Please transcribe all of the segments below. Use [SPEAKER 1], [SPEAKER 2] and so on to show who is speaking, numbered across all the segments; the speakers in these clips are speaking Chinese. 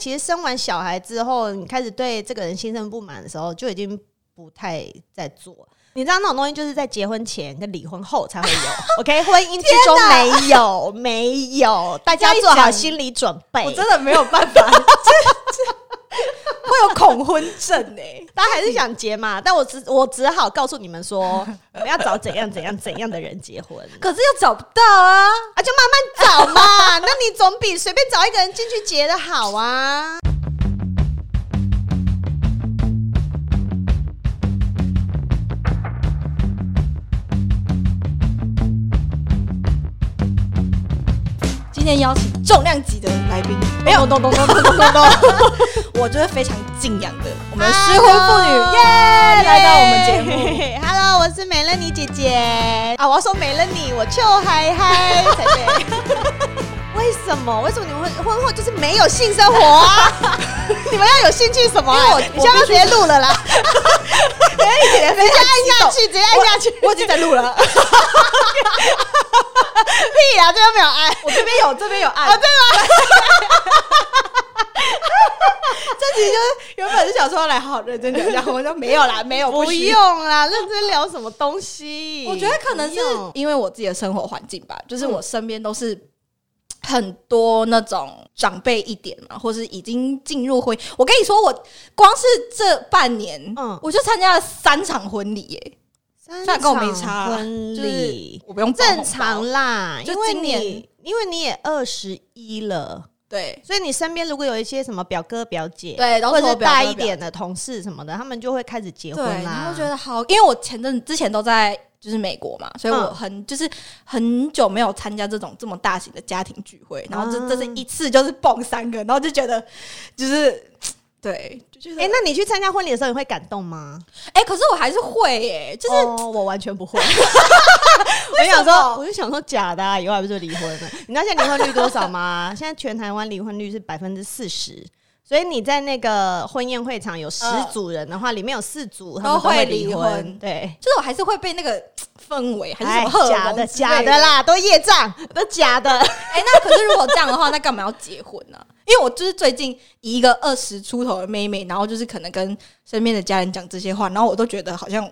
[SPEAKER 1] 其实生完小孩之后，你开始对这个人心生不满的时候，就已经不太在做。你知道那种东西就是在结婚前跟离婚后才会 有，OK？婚姻之中没有，没有，大家
[SPEAKER 2] 这样一
[SPEAKER 1] 做好
[SPEAKER 2] 讲
[SPEAKER 1] 心理准备。
[SPEAKER 2] 我真的没有办 法，这这会有恐婚症哎、
[SPEAKER 1] 大家还是想结嘛，但我只我只好告诉你们说，我们要找怎样怎样怎样的人结婚
[SPEAKER 2] 可是又找不到啊。
[SPEAKER 1] 啊，就慢慢找嘛。那你总比随便找一个人进去结的好啊。
[SPEAKER 2] 今天邀请重量级的来宾，没
[SPEAKER 1] 哦
[SPEAKER 2] 有咚咚咚咚咚咚咚， 我就是非常敬仰的我们的失婚妇女
[SPEAKER 1] Hello
[SPEAKER 2] 耶，来到我们节目。
[SPEAKER 1] 嘿 Hello，我是美乐妮姐姐啊，我要说美乐妮，我就嗨嗨才对。 为什么？为什么你们会婚后就是没有性生活啊？ 你们要有兴趣什么啊、
[SPEAKER 2] 因为我
[SPEAKER 1] 你现在要不要直接录了啦？ 美乐妮姐姐，直接按下去，直接 按下去，
[SPEAKER 2] 我已经在录 了，
[SPEAKER 1] 屁啊，这又没有按。
[SPEAKER 2] 我这边有，这边有按。
[SPEAKER 1] 啊
[SPEAKER 2] 对吗？ 这集就是原本是想说来好好认真讲讲，我说没有啦，没有，
[SPEAKER 1] 不
[SPEAKER 2] 许
[SPEAKER 1] 用啦，认真聊什么东西？
[SPEAKER 2] 我觉得可能是
[SPEAKER 1] 不用
[SPEAKER 2] 因为我自己的生活环境
[SPEAKER 1] 嗯
[SPEAKER 2] 吧，就是我身边都是很多那种长辈一点嘛，或是已经进入婚。我跟你说，我光是这半年，
[SPEAKER 1] 嗯
[SPEAKER 2] 嗯，我就参加了三场婚礼耶、
[SPEAKER 1] 三
[SPEAKER 2] 虽然跟我没差
[SPEAKER 1] 场
[SPEAKER 2] 啊，
[SPEAKER 1] 婚
[SPEAKER 2] 就是
[SPEAKER 1] 礼
[SPEAKER 2] 我不用包红包
[SPEAKER 1] 正常啦，
[SPEAKER 2] 就
[SPEAKER 1] 因为
[SPEAKER 2] 今
[SPEAKER 1] 你
[SPEAKER 2] 年
[SPEAKER 1] 因为你也二十一了，
[SPEAKER 2] 对
[SPEAKER 1] 所以你身边如果有一些什么表哥表姐，
[SPEAKER 2] 对，然后
[SPEAKER 1] 或者
[SPEAKER 2] 我
[SPEAKER 1] 是
[SPEAKER 2] 表哥
[SPEAKER 1] 大
[SPEAKER 2] 表
[SPEAKER 1] 一点的同事什么的，他们就会开始结
[SPEAKER 2] 对，
[SPEAKER 1] 婚
[SPEAKER 2] 然
[SPEAKER 1] 啦
[SPEAKER 2] 后。觉得好，因为我前阵之前都在就是美国嘛，所以我
[SPEAKER 1] 嗯
[SPEAKER 2] 很、就是很久没有参加这种这么大型的家庭聚会，然后这、
[SPEAKER 1] 啊
[SPEAKER 2] 这是一次就是蹦三个，然后就觉得就是对，就觉得
[SPEAKER 1] 哎、那你去参加婚礼的时候，你会感动吗？
[SPEAKER 2] 哎、可是我还是会耶、就是、
[SPEAKER 1] 哦我完全不 会。我就想
[SPEAKER 2] 为什么
[SPEAKER 1] 说，我就想说假的、啊，以后还不是离婚了？你知道现在离婚率多少吗？ 现在全台湾离婚率是百分之四十，所以你在那个婚宴会场有十
[SPEAKER 2] 嗯
[SPEAKER 1] 组人的话，里面有四组他
[SPEAKER 2] 都
[SPEAKER 1] 们会
[SPEAKER 2] 会
[SPEAKER 1] 离
[SPEAKER 2] 离
[SPEAKER 1] 婚。
[SPEAKER 2] 婚
[SPEAKER 1] 对，
[SPEAKER 2] 就是我还是会被那个氛围还是什
[SPEAKER 1] 哎
[SPEAKER 2] 么荷尔
[SPEAKER 1] 假
[SPEAKER 2] 蒙
[SPEAKER 1] 的，
[SPEAKER 2] 之类
[SPEAKER 1] 假的。啦，都业障，都假的。
[SPEAKER 2] 哎、那可是如果这样的话，那干嘛要结婚呢、因为我就是最近以一个二十出头的妹妹，然后就是可能跟身边的家人讲这些话，然后我都觉得好像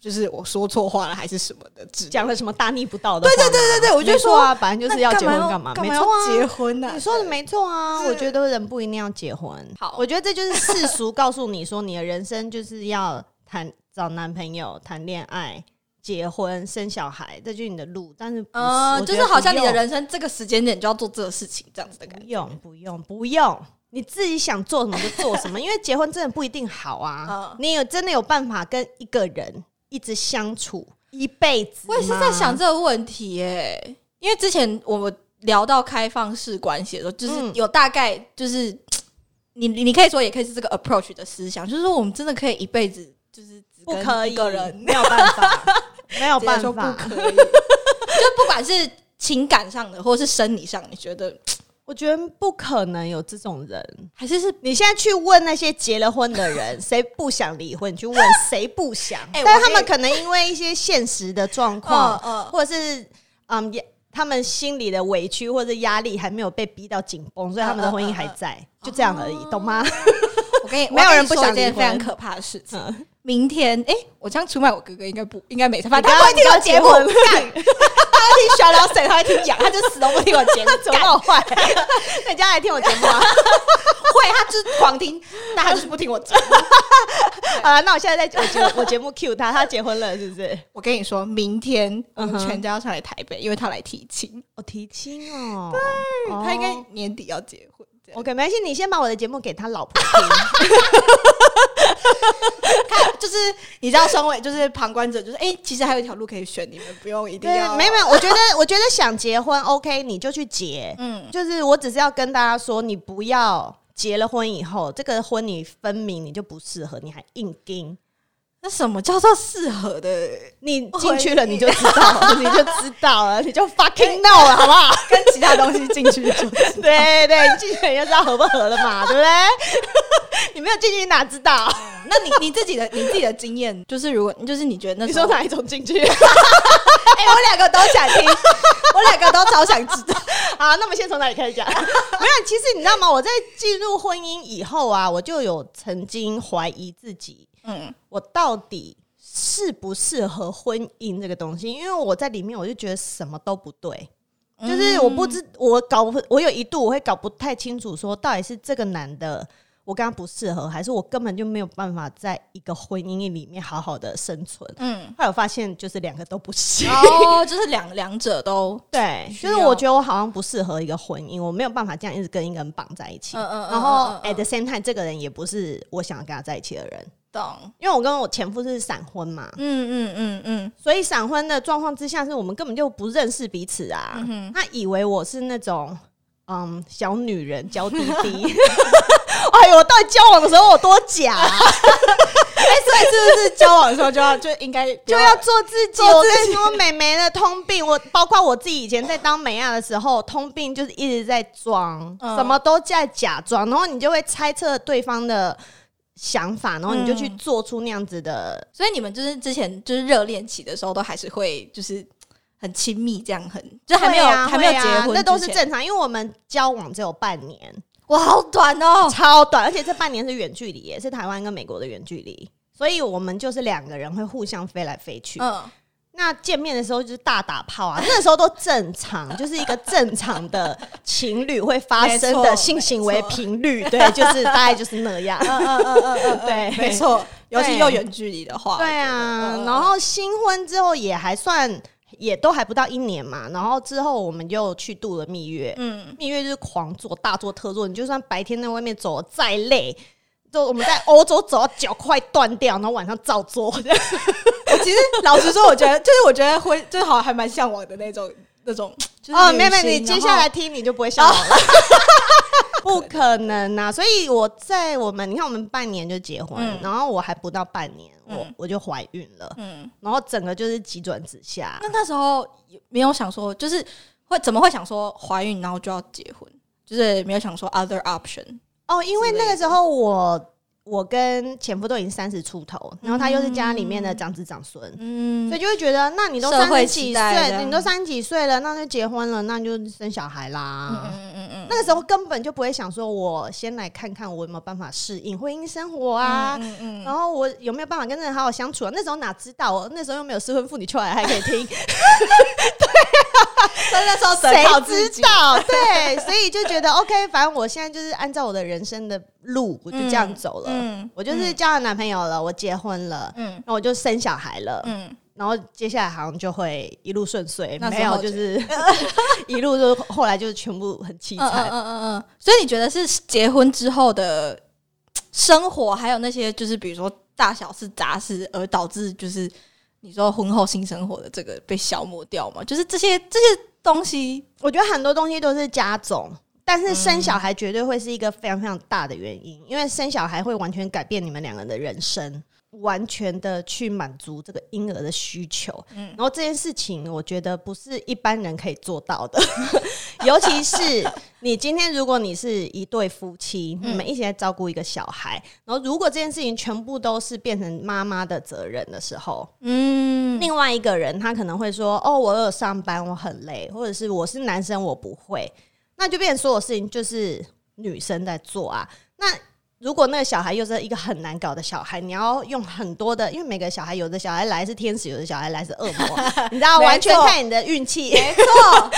[SPEAKER 2] 就是我说错话了还是什么的之类的，
[SPEAKER 1] 讲了什么大逆不道的话吗？
[SPEAKER 2] 对对对对对我就
[SPEAKER 1] 没错
[SPEAKER 2] 说
[SPEAKER 1] 啊，反正就是要
[SPEAKER 2] 那
[SPEAKER 1] 结婚
[SPEAKER 2] 要
[SPEAKER 1] 干嘛？
[SPEAKER 2] 干
[SPEAKER 1] 没
[SPEAKER 2] 嘛
[SPEAKER 1] 错啊
[SPEAKER 2] 要，结婚呢、
[SPEAKER 1] 你说的没错啊，
[SPEAKER 2] 是
[SPEAKER 1] 我觉得人不一定要结婚。
[SPEAKER 2] 好
[SPEAKER 1] 我觉得这就是世俗告诉你说，你的人生就是要谈找男朋友、谈恋爱、结婚、生小孩，这就是你的路。但是不是，
[SPEAKER 2] 呃，
[SPEAKER 1] 我
[SPEAKER 2] 就
[SPEAKER 1] 觉得
[SPEAKER 2] 是好像
[SPEAKER 1] 不
[SPEAKER 2] 你
[SPEAKER 1] 用
[SPEAKER 2] 的人生这个时间点就要做这个事情，这样子的感
[SPEAKER 1] 不
[SPEAKER 2] 觉。
[SPEAKER 1] 用不用不用，你自己想做什么就做 什么，因为结婚真的不一定好啊
[SPEAKER 2] 嗯。
[SPEAKER 1] 你有真的有办法跟一个人一直相处一辈子？
[SPEAKER 2] 我也是在想，这个问题耶、因为之前我们聊到开放式关系的时候，就是
[SPEAKER 1] 嗯
[SPEAKER 2] 有大概就是、你你可以说也可以是这个 approach 的思想，就是说我们真的可以一辈子就是只
[SPEAKER 1] 不
[SPEAKER 2] 跟
[SPEAKER 1] 可以，
[SPEAKER 2] 一个人，
[SPEAKER 1] 没有办法，没有
[SPEAKER 2] 直接
[SPEAKER 1] 办
[SPEAKER 2] 说
[SPEAKER 1] 法
[SPEAKER 2] 不，可以， 就不管是情感上的或者是生理上，你觉得
[SPEAKER 1] 我觉得不可能有这种人。
[SPEAKER 2] 还是是
[SPEAKER 1] 你现在去问那些结了婚的 人，谁不想离婚？你去问谁不想？
[SPEAKER 2] 哎
[SPEAKER 1] 但
[SPEAKER 2] 我
[SPEAKER 1] 他
[SPEAKER 2] 可以
[SPEAKER 1] 们可能因为一些现实的状况，
[SPEAKER 2] 嗯嗯
[SPEAKER 1] 或者是嗯，也他们心里的委屈或者压力还没有被逼到紧绷，所以他们的
[SPEAKER 2] 嗯嗯
[SPEAKER 1] 婚姻还
[SPEAKER 2] 嗯嗯
[SPEAKER 1] 在，就这样而已，懂吗？
[SPEAKER 2] 我 跟你，
[SPEAKER 1] 没有人不
[SPEAKER 2] 我跟
[SPEAKER 1] 想
[SPEAKER 2] 你说一件
[SPEAKER 1] 离
[SPEAKER 2] 非常
[SPEAKER 1] 婚
[SPEAKER 2] 可怕的事情。
[SPEAKER 1] 嗯
[SPEAKER 2] 明天，哎、我这样出卖我哥哥应该不应该没事，反
[SPEAKER 1] 你
[SPEAKER 2] 正他
[SPEAKER 1] 刚
[SPEAKER 2] 不会听我节目，
[SPEAKER 1] 你刚结
[SPEAKER 2] 干他会听小聊谁，他会听养，他就死都不听我节目，
[SPEAKER 1] 怎么那么 坏？人家来听我节目啊！
[SPEAKER 2] 会，他就是狂听，那他就是不听我节目。
[SPEAKER 1] 好了，那我现在在我节我节目 cue 他，他结婚了是不是？
[SPEAKER 2] 我跟你说，明天我
[SPEAKER 1] 嗯
[SPEAKER 2] 们
[SPEAKER 1] 哼
[SPEAKER 2] 全家要上来台北，因为他来提亲，
[SPEAKER 1] 我提亲哦，对
[SPEAKER 2] 他应该年底要结婚。这样
[SPEAKER 1] OK，没关系，你先把我的节目给他老 婆听。
[SPEAKER 2] 看，就是你知道，身为就是旁观者，就是哎、诶其实还有一条路可以选，你们不用一定
[SPEAKER 1] 对
[SPEAKER 2] 要，
[SPEAKER 1] 没有 没有，我觉得我觉得想结婚 OK，你就去结。
[SPEAKER 2] 嗯，
[SPEAKER 1] 就是我只是要跟大家说，你不要结了婚以后，这个婚你分明你就不适合，你还硬盯。
[SPEAKER 2] 那什么叫做适合 的？
[SPEAKER 1] 你进去了你就知道了， 你就知道了，你 就 fucking know 了，好不 好？
[SPEAKER 2] 跟 其他东西进去就
[SPEAKER 1] 对对，你进去了你就知道合不合了嘛，对不对？你没有进去，你哪知道？
[SPEAKER 2] 那你你自己的你自己的经验，就是如果就是你觉得那
[SPEAKER 1] 你
[SPEAKER 2] 时候
[SPEAKER 1] 说，哪一种进 去？
[SPEAKER 2] 哎、我两个都想听，我两个都超想知道。
[SPEAKER 1] 好，那我们先从哪里开始讲？没 有，其实你知道吗？我在进入婚姻以后啊，我就有曾经怀疑自己，
[SPEAKER 2] 嗯，
[SPEAKER 1] 我到底适不适合婚姻这个东西？因为我在里面，我就觉得什么都不对，就是我不知我搞不，我有一度我会搞不太清楚，说到底是这个男的。我跟他不适合，还是我根本就没有办法在一个婚姻里面好好的生存。
[SPEAKER 2] 嗯，
[SPEAKER 1] 后来我发现，就是两个都不行。
[SPEAKER 2] 哦，就是两两者都，
[SPEAKER 1] 对，
[SPEAKER 2] 需
[SPEAKER 1] 就是
[SPEAKER 2] 要
[SPEAKER 1] 我觉得我好像不适合一个婚姻，我没有办法这样一直跟一个人绑在一起。
[SPEAKER 2] 嗯嗯嗯
[SPEAKER 1] 然后
[SPEAKER 2] 嗯嗯
[SPEAKER 1] at the same time，这个人也不是我想要跟他在一起的人，
[SPEAKER 2] 懂，
[SPEAKER 1] 因为我跟我前夫是闪婚嘛，
[SPEAKER 2] 嗯嗯嗯嗯，
[SPEAKER 1] 所以闪婚的状况之下，是我们根本就不认识彼此啊。
[SPEAKER 2] 嗯
[SPEAKER 1] 他以为我是那种嗯小女人娇滴滴， 哎呦，我到底交往的时候我多假、啊，
[SPEAKER 2] 哎、所以是不是交往的时候就要就应该
[SPEAKER 1] 就要做自己。
[SPEAKER 2] 做
[SPEAKER 1] 我
[SPEAKER 2] 自
[SPEAKER 1] 跟你说，美眉的通病，我包括我自己以前在当美亚的时候，通病就是一直在装，
[SPEAKER 2] 嗯
[SPEAKER 1] 什么都在假装，然后你就会猜测对方的想法，然后你就去
[SPEAKER 2] 嗯
[SPEAKER 1] 做出那样子的。
[SPEAKER 2] 所以你们就是之前就是热恋期的时候，都还是会就是很亲密，这样很就还没有、
[SPEAKER 1] 会啊
[SPEAKER 2] 还没有
[SPEAKER 1] 会
[SPEAKER 2] 结
[SPEAKER 1] 啊
[SPEAKER 2] 婚之前，
[SPEAKER 1] 那都是正常，因为我们交往只有半年，
[SPEAKER 2] 哇，好短哦，
[SPEAKER 1] 超短，而且这半年是远距离耶，也是台湾跟美国的远距离，所以我们就是两个人会互相飞来飞去。
[SPEAKER 2] 嗯，
[SPEAKER 1] 那见面的时候就是大打炮啊， 那时候都正常，就是一个正常的情侣会发生的性行为频率，对，就是大概就是那样。 对
[SPEAKER 2] 没错，尤
[SPEAKER 1] 对
[SPEAKER 2] 其又远距离的话，
[SPEAKER 1] 对啊
[SPEAKER 2] 嗯，嗯
[SPEAKER 1] 然后新婚之后也还算，也都还不到一年嘛，然后之后我们就去度了蜜月，
[SPEAKER 2] 嗯，
[SPEAKER 1] 蜜月就是狂做大做特做，你就算白天在外面走得再累。就我们在欧洲走到脚快断掉，然后晚上照做，
[SPEAKER 2] 我其实老实说，我觉得就是我觉得婚就是好像还蛮向往的那种那种，就是
[SPEAKER 1] 哦，
[SPEAKER 2] 旅
[SPEAKER 1] 妹妹，
[SPEAKER 2] 行
[SPEAKER 1] 你接下。来
[SPEAKER 2] 然后
[SPEAKER 1] 听你就不会笑我了。哦不可能呐、所以我在我们，你看我们半年就结婚，
[SPEAKER 2] 嗯
[SPEAKER 1] 然后我还不到半年，我
[SPEAKER 2] 嗯
[SPEAKER 1] 我就怀孕了，
[SPEAKER 2] 嗯，
[SPEAKER 1] 然后整个就是急转直下
[SPEAKER 2] 那。那时候有没有想说，就是会怎么会想说怀孕然后就要结婚，就是没有想说 other option，
[SPEAKER 1] 哦，因为那个时候我我跟前夫都已经三十出头，然后他又是家里面的长子长孙，
[SPEAKER 2] 嗯
[SPEAKER 1] 所以就会觉得，那你都
[SPEAKER 2] 社
[SPEAKER 1] 三
[SPEAKER 2] 会
[SPEAKER 1] 十几
[SPEAKER 2] 期待这
[SPEAKER 1] 岁，
[SPEAKER 2] 样
[SPEAKER 1] 你都三十几岁了，那就结婚了，那就生小孩啦。
[SPEAKER 2] 嗯嗯嗯嗯，
[SPEAKER 1] 那个时候根本就不会想说，我先来看看我有没有办法适应婚姻生活啊，
[SPEAKER 2] 嗯嗯，
[SPEAKER 1] 然后我有没有办法跟人好好相处啊？那时候哪知道哦，那时候又没有失婚妇女出来还可以 听，啊
[SPEAKER 2] 所以那时候只能
[SPEAKER 1] 谁
[SPEAKER 2] 靠自
[SPEAKER 1] 知
[SPEAKER 2] 己
[SPEAKER 1] 道？对，所以就觉得 OK，反正我现在就是按照我的人生的路，我就这样走了。
[SPEAKER 2] 嗯
[SPEAKER 1] 我就是交了男朋友了，我结婚了，
[SPEAKER 2] 嗯
[SPEAKER 1] 然后我就生小孩了，
[SPEAKER 2] 嗯，
[SPEAKER 1] 然后接下来好像就会一路顺遂，
[SPEAKER 2] 那时
[SPEAKER 1] 没有
[SPEAKER 2] 候
[SPEAKER 1] 就
[SPEAKER 2] 就是
[SPEAKER 1] 一路就后来就是全部很凄
[SPEAKER 2] 嗯
[SPEAKER 1] 惨。
[SPEAKER 2] 嗯嗯嗯嗯，所以你觉得是结婚之后的嘖生活，还有那些就是比如说大小事杂事，而导致就是你说婚后性生活的这个被消磨掉吗？就是这些这些东西，
[SPEAKER 1] 我觉得很多东西都是加总，但是生小孩绝对会是一个非常非常大的原因，因为生小孩会完全改变你们两个人的人生，完全的去满足这个婴儿的需求。
[SPEAKER 2] 嗯
[SPEAKER 1] 然后这件事情，我觉得不是一般人可以做到的， 尤其是你今天如果你是一对夫妻，你们一起在照顾一个小孩，然后如果这件事情全部都是变成妈妈的责任的时候，
[SPEAKER 2] 嗯
[SPEAKER 1] 另外一个人他可能会说：“哦，我有上班，我很累，或者是我是男生，我不会。”那就变成所有事情就是女生在做啊。那如果那个小孩又是一个很难搞的小孩，你要用很多的，因为每个小孩有的小孩来是天使，有的小孩来是恶魔，你知道，
[SPEAKER 2] 没错
[SPEAKER 1] 完全看你的运 气。
[SPEAKER 2] 没错，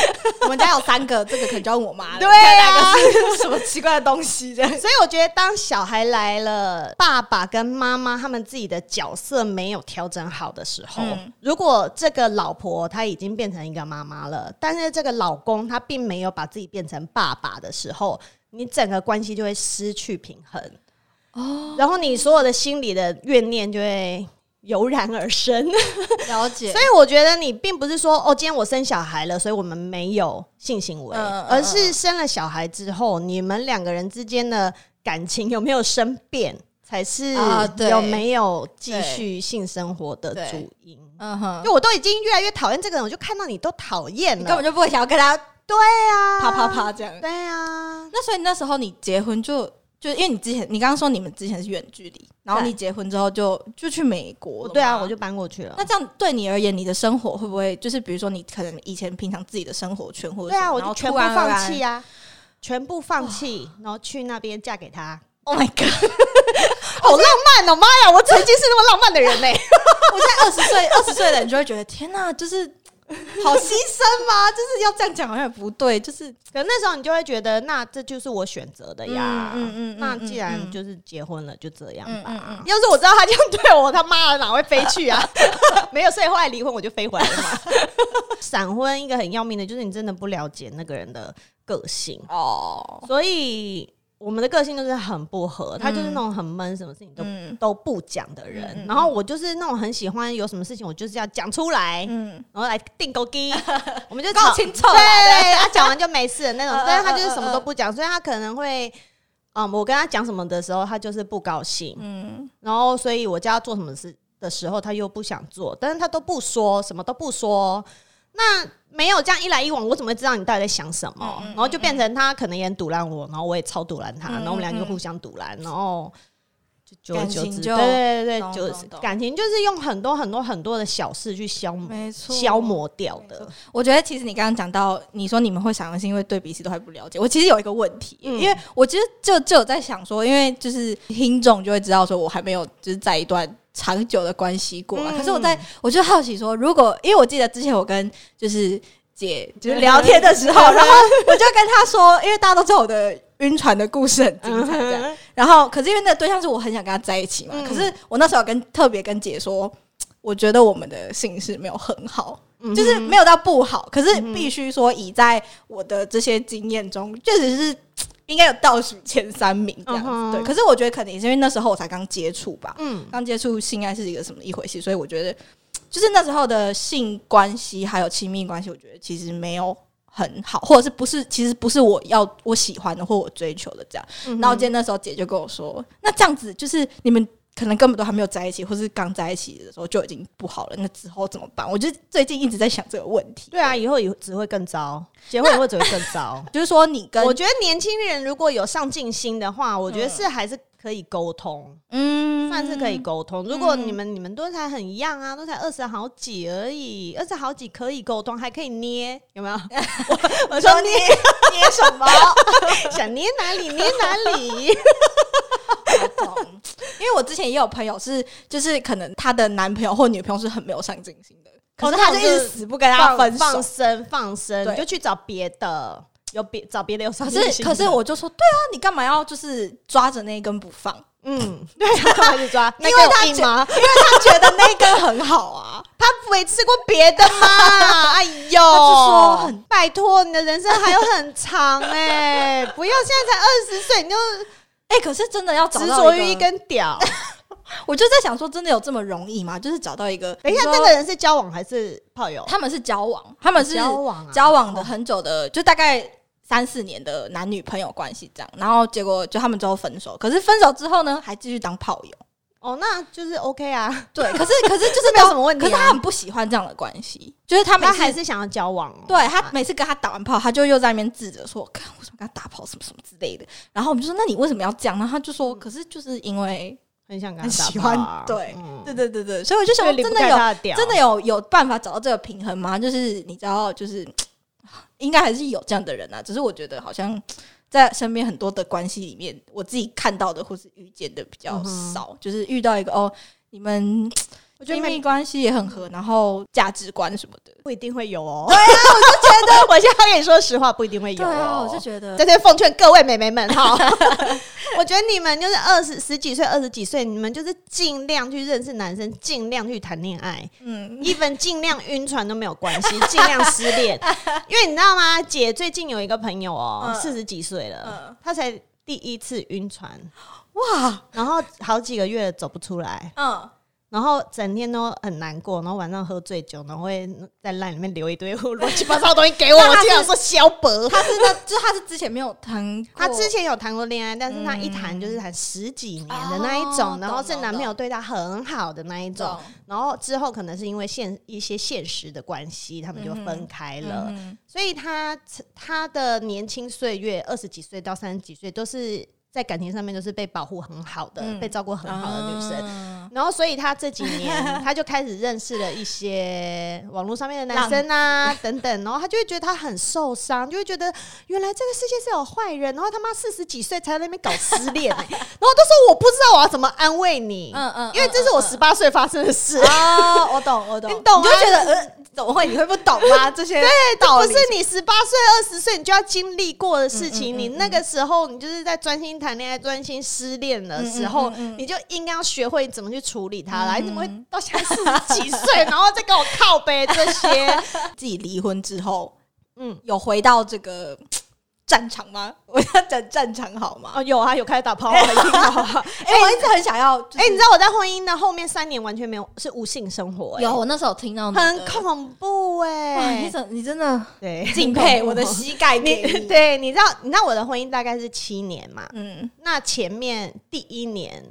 [SPEAKER 2] 我们家有三个，这个可能就要我妈 了。
[SPEAKER 1] 对
[SPEAKER 2] 看
[SPEAKER 1] 啊
[SPEAKER 2] 哪个是什么奇怪的东西这样。
[SPEAKER 1] 所以我觉得，当小孩来了，爸爸跟妈妈他们自己的角色没有调整好的时候，
[SPEAKER 2] 嗯
[SPEAKER 1] 如果这个老婆她已经变成一个妈妈了，但是这个老公他并没有把自己变成爸爸的时候，你整个关系就会失去平衡。哦，然后你所有的心里的怨念就会油然而生。
[SPEAKER 2] 了解
[SPEAKER 1] 所，以我觉得你并不是说哦，今天我生小孩了，所以我们没有性行为，
[SPEAKER 2] 嗯嗯嗯
[SPEAKER 1] 而是生了小孩之后，你们两个人之间的感情有没有生变，才是
[SPEAKER 2] 啊对
[SPEAKER 1] 有没有继续性生活的主因。
[SPEAKER 2] 嗯哼，
[SPEAKER 1] 就我都已经越来越讨厌这个人，我就看到你都讨厌
[SPEAKER 2] 你根
[SPEAKER 1] 了
[SPEAKER 2] 本，就不会想要跟他
[SPEAKER 1] 对啊，
[SPEAKER 2] 啪啪，啪这样。
[SPEAKER 1] 对啊。
[SPEAKER 2] 那所以那时候你结婚就就是因为你之前，你刚刚说你们之前是远距离，然后
[SPEAKER 1] 对
[SPEAKER 2] 你结婚之后就就去美国
[SPEAKER 1] 我
[SPEAKER 2] 了
[SPEAKER 1] 对啊，
[SPEAKER 2] 吗
[SPEAKER 1] 我就搬过去了
[SPEAKER 2] 那。这样对你而言，你的生活会不会就是比如说你可能以前平常自己的生活圈或者
[SPEAKER 1] 对啊，
[SPEAKER 2] 什么
[SPEAKER 1] 我
[SPEAKER 2] 然
[SPEAKER 1] 就
[SPEAKER 2] 后
[SPEAKER 1] 全部
[SPEAKER 2] 突然而
[SPEAKER 1] 放
[SPEAKER 2] 然
[SPEAKER 1] 弃啊，全部放弃，然后去那边嫁给他。
[SPEAKER 2] ？Oh my god！
[SPEAKER 1] 好浪漫哦，妈呀！我曾经是那么浪漫的人呢、
[SPEAKER 2] 我现在二十岁，二十岁的人就会觉得天哪、就是好牺牲吗？就是要这样讲好像也不对，就是
[SPEAKER 1] 可能那时候你就会觉得，那这就是我选择的呀。
[SPEAKER 2] 嗯嗯嗯嗯
[SPEAKER 1] 那既然
[SPEAKER 2] 嗯
[SPEAKER 1] 就是结婚了，就这样吧。
[SPEAKER 2] 嗯嗯嗯
[SPEAKER 1] 要是我知道他这样对我，他妈的哪会飞去啊？ 没有，所以后来离婚我就飞回来了嘛。 闪婚一个很要命的就是你真的不了解那个人的个性，
[SPEAKER 2] 哦，
[SPEAKER 1] 所以我们的个性就是很不合。他就是那种很闷，什么事情都、
[SPEAKER 2] 嗯
[SPEAKER 1] 都不讲的人。
[SPEAKER 2] 嗯嗯嗯
[SPEAKER 1] 然后我就是那种很喜欢有什么事情我就是要讲出来，
[SPEAKER 2] 嗯，
[SPEAKER 1] 然后来定勾 机，我们就
[SPEAKER 2] 搞
[SPEAKER 1] 吵
[SPEAKER 2] 清楚啦啊
[SPEAKER 1] 对，他讲完就没事的那种
[SPEAKER 2] 嗯嗯。
[SPEAKER 1] 但是他就是什么都不讲，所以他可能会，嗯，我跟他讲什么的时候，他就是不高兴，
[SPEAKER 2] 嗯，
[SPEAKER 1] 然后所以我叫他做什么事的时候，他又不想做，但是他都不说，什么都不说。那没有这样一来一往，我怎么会知道你到底在想什么？
[SPEAKER 2] 嗯
[SPEAKER 1] 然后就变成他可能也很堵拦我，然后我也超堵拦他，
[SPEAKER 2] 嗯嗯
[SPEAKER 1] 然后我们俩就互相堵拦，然后就久而
[SPEAKER 2] 感
[SPEAKER 1] 久
[SPEAKER 2] 情
[SPEAKER 1] 之，
[SPEAKER 2] 就
[SPEAKER 1] 对对对
[SPEAKER 2] 懂
[SPEAKER 1] 对，就
[SPEAKER 2] 懂
[SPEAKER 1] 是
[SPEAKER 2] 懂
[SPEAKER 1] 感情就是用很多很多很多的小事去消磨
[SPEAKER 2] 没错，
[SPEAKER 1] 消。磨掉
[SPEAKER 2] 没
[SPEAKER 1] 的
[SPEAKER 2] 错。我觉得其实你刚刚讲到，你说你们会闪婚是因为对彼此都还不了解。我其实有一个问题，
[SPEAKER 1] 嗯
[SPEAKER 2] 因为我其实就就有在想说，因为就是听众就会知道说我还没有就是在一段长久的关系过啊。
[SPEAKER 1] 嗯
[SPEAKER 2] 可是我在我就好奇说，如果因为我记得之前我跟就是姐
[SPEAKER 1] 嗯
[SPEAKER 2] 就是聊天的时候，然后我就跟她说，因为大家都知道我的晕船的故事很精彩，这样。然后，可是因为那个对象是我很想跟他在一起嘛，
[SPEAKER 1] 嗯
[SPEAKER 2] 可是我那时候有跟特别跟姐说，我觉得我们的性事没有很好，
[SPEAKER 1] 嗯哼嗯
[SPEAKER 2] 就是没有到不好，可是必须说，以在我的这些经验中，确实是应该有倒数前三名这样子。
[SPEAKER 1] 嗯哼
[SPEAKER 2] 对，可是我觉得可能也是因为那时候我才刚接触吧，
[SPEAKER 1] 嗯
[SPEAKER 2] 刚接触性爱是一个什么一回事，所以我觉得就是那时候的性关系还有亲密关系，我觉得其实没有很好，或者是不是其实不是我要我喜欢的或我追求的这样。
[SPEAKER 1] 嗯哼
[SPEAKER 2] 然后今天那时候姐就跟我说，那这样子就是你们。可能根本都还没有在一起，或是刚在一起的时候就已经不好了。那之后怎么办？我就最近一直在想这个问题。。
[SPEAKER 1] 对啊，以后也只会更糟，结婚以后只会更糟
[SPEAKER 2] 就是说你跟
[SPEAKER 1] 我觉得年轻人如果有上进心的话，我觉得是还是可以沟通，
[SPEAKER 2] 嗯
[SPEAKER 1] 算是可以沟通。如果你们你们都才很一样啊，都才二十好几而已，二十好几可以沟通，还可以捏，有 没有？我我说
[SPEAKER 2] 你
[SPEAKER 1] 捏
[SPEAKER 2] 捏什么？
[SPEAKER 1] 想捏哪里捏哪 里，
[SPEAKER 2] 懂，因为我之前也有朋友是，就是可能她的男朋友或女朋友是很没有上进心的，可
[SPEAKER 1] 哦
[SPEAKER 2] 是
[SPEAKER 1] 那
[SPEAKER 2] 她
[SPEAKER 1] 种
[SPEAKER 2] 就一
[SPEAKER 1] 就是
[SPEAKER 2] 直死不跟他
[SPEAKER 1] 放
[SPEAKER 2] 分手
[SPEAKER 1] 放。生放生，
[SPEAKER 2] 对
[SPEAKER 1] 你就去找别的，有别找别的有上
[SPEAKER 2] 可
[SPEAKER 1] 进
[SPEAKER 2] 是
[SPEAKER 1] 心的。
[SPEAKER 2] 可是我就说，对啊，你干嘛要就是抓着那一根不放？
[SPEAKER 1] 嗯， 对啊，干嘛去抓？
[SPEAKER 2] 因为
[SPEAKER 1] 那个有
[SPEAKER 2] 他
[SPEAKER 1] 硬
[SPEAKER 2] 觉
[SPEAKER 1] 吗？
[SPEAKER 2] 因为他觉得那一根很 好啊。
[SPEAKER 1] 他没吃过别的吗？ 哎呦，
[SPEAKER 2] 说很
[SPEAKER 1] 拜托，你的人生还有很长哎、 不要现在才二十岁你就
[SPEAKER 2] 哎、可是真的要找
[SPEAKER 1] 执
[SPEAKER 2] 到
[SPEAKER 1] 着于一
[SPEAKER 2] 个，
[SPEAKER 1] 根 屌。
[SPEAKER 2] 我就在想说，真的有这么容易吗？就是找到一个，
[SPEAKER 1] 等一下，
[SPEAKER 2] 比如
[SPEAKER 1] 哎那
[SPEAKER 2] 说
[SPEAKER 1] 个人是交往还是炮友？
[SPEAKER 2] 他们是交往，他们是
[SPEAKER 1] 交往啊
[SPEAKER 2] 交往的很久的，就大概三四年的男女朋友关系这样，然后结果就他们之后分手，可是分手之后呢，还继续当炮友。
[SPEAKER 1] 哦，那就是 OK 啊，
[SPEAKER 2] 对，可是可是就是
[SPEAKER 1] 这没有什么问题、
[SPEAKER 2] 可
[SPEAKER 1] 啊。
[SPEAKER 2] 是他很不喜欢这样的关系，就是他每
[SPEAKER 1] 他
[SPEAKER 2] 次
[SPEAKER 1] 还是想要交往、哦，
[SPEAKER 2] 对啊他每次跟他打完炮，他就又在那边自责说：“看为什么跟他打炮什么什么之类的。”然后我们就说：“那你为什么要这样？”然后他就说：“可是就是因为
[SPEAKER 1] 很嗯想跟
[SPEAKER 2] 很
[SPEAKER 1] 他打
[SPEAKER 2] 喜
[SPEAKER 1] 炮
[SPEAKER 2] 欢
[SPEAKER 1] 啊。
[SPEAKER 2] 对
[SPEAKER 1] 嗯
[SPEAKER 2] 对对对对，所以我就想
[SPEAKER 1] 所
[SPEAKER 2] 说
[SPEAKER 1] 以离不
[SPEAKER 2] 真的
[SPEAKER 1] 开
[SPEAKER 2] 有
[SPEAKER 1] 他的屌，
[SPEAKER 2] 真的有有办法找到这个平衡吗？就是你知道，就是应该还是有这样的人啊，只是我觉得好像在身边很多的关系里面，我自己看到的或是遇见的比较
[SPEAKER 1] 嗯哼
[SPEAKER 2] 少，就是遇到一个哦，你们
[SPEAKER 1] 我觉得
[SPEAKER 2] 亲密
[SPEAKER 1] 没
[SPEAKER 2] 关系也很合，然后价值观什么的。
[SPEAKER 1] 不一定会有哦。 对啊，我就觉得，我现在跟你说实话，不一定会有、哦。
[SPEAKER 2] 啊觉得
[SPEAKER 1] 在这边奉劝各位美眉们哈， 我觉得你们就是二十十几岁、二十几岁，你们就是尽量去认识男生，尽量去谈恋爱。
[SPEAKER 2] 嗯，
[SPEAKER 1] even 尽量晕船都没有关 系，尽量失恋，因为你知道吗？姐最近有一个朋友哦，
[SPEAKER 2] 嗯
[SPEAKER 1] 四十几岁了
[SPEAKER 2] 嗯，
[SPEAKER 1] 她才第一次晕船，
[SPEAKER 2] 哇，
[SPEAKER 1] 然后好几个月走不出来，
[SPEAKER 2] 嗯，
[SPEAKER 1] 然后整天都很难过，然后晚上喝醉酒，然后会在烂里面留一堆 乱七八糟的东西给我，
[SPEAKER 2] 那
[SPEAKER 1] 我
[SPEAKER 2] 她是
[SPEAKER 1] 经常说消薄。
[SPEAKER 2] 他是那，就是他是之前没有谈过，嗯
[SPEAKER 1] 她之前有谈过恋爱，但是她一谈就是谈十几年的那一种，
[SPEAKER 2] 哦
[SPEAKER 1] 然后是
[SPEAKER 2] 懂
[SPEAKER 1] 男朋友
[SPEAKER 2] 懂
[SPEAKER 1] 对她很好的那一种
[SPEAKER 2] 懂，
[SPEAKER 1] 然后之后可能是因为现一些现实的关系，他们就分开了。
[SPEAKER 2] 嗯
[SPEAKER 1] 所以她她的年轻岁月，二十几岁到三十几岁都是。在感情上面都是被保护很好的、
[SPEAKER 2] 嗯啊
[SPEAKER 1] 被照顾很好的女生。
[SPEAKER 2] 生，
[SPEAKER 1] 然后，所以她这几 年，她就开始认识了一些网络上面的男生啊等等，然后她就会觉得她很受伤，就会觉得原来这个世界是有坏人，然后他妈四十几岁才在那边搞失恋、欸，然后我都说我不知道我要怎么安慰你，
[SPEAKER 2] 嗯嗯
[SPEAKER 1] 因为这是我十八岁发生的事，
[SPEAKER 2] 啊，我懂，我懂，
[SPEAKER 1] 你懂
[SPEAKER 2] 你就
[SPEAKER 1] 吗
[SPEAKER 2] 觉得呃，怎么会？你会不懂吗？这些
[SPEAKER 1] 对，这
[SPEAKER 2] 道
[SPEAKER 1] 不
[SPEAKER 2] 理
[SPEAKER 1] 是你十八岁、二十岁你就要经历过的事
[SPEAKER 2] 嗯
[SPEAKER 1] 情。你那个时候，你就是在专心谈恋爱、专心失恋的时
[SPEAKER 2] 嗯
[SPEAKER 1] 候，你就应该要学会怎么去处理它啦。你怎么会到现在四十几岁，然后再跟我靠背这 些？
[SPEAKER 2] 自己离婚之后，
[SPEAKER 1] 嗯
[SPEAKER 2] 嗯，有回到这个战场吗？ 我要讲战场好吗？
[SPEAKER 1] 哦，有啊，有开始打炮啊，已经有啊。
[SPEAKER 2] 哎、我一直很想要，就是
[SPEAKER 1] 哎，你知道我在婚姻的后面三年完全没有是无性生活，哎
[SPEAKER 2] 啊
[SPEAKER 3] 有，我那时候有听到你的
[SPEAKER 1] 很恐怖
[SPEAKER 3] 哇，
[SPEAKER 1] 哎
[SPEAKER 3] 你。怎你真的
[SPEAKER 1] 对，
[SPEAKER 2] 敬佩我的膝盖给你，
[SPEAKER 1] 对， 你知道，你知道我的婚姻大概是七年嘛？
[SPEAKER 2] 嗯，
[SPEAKER 1] 那前面第一年，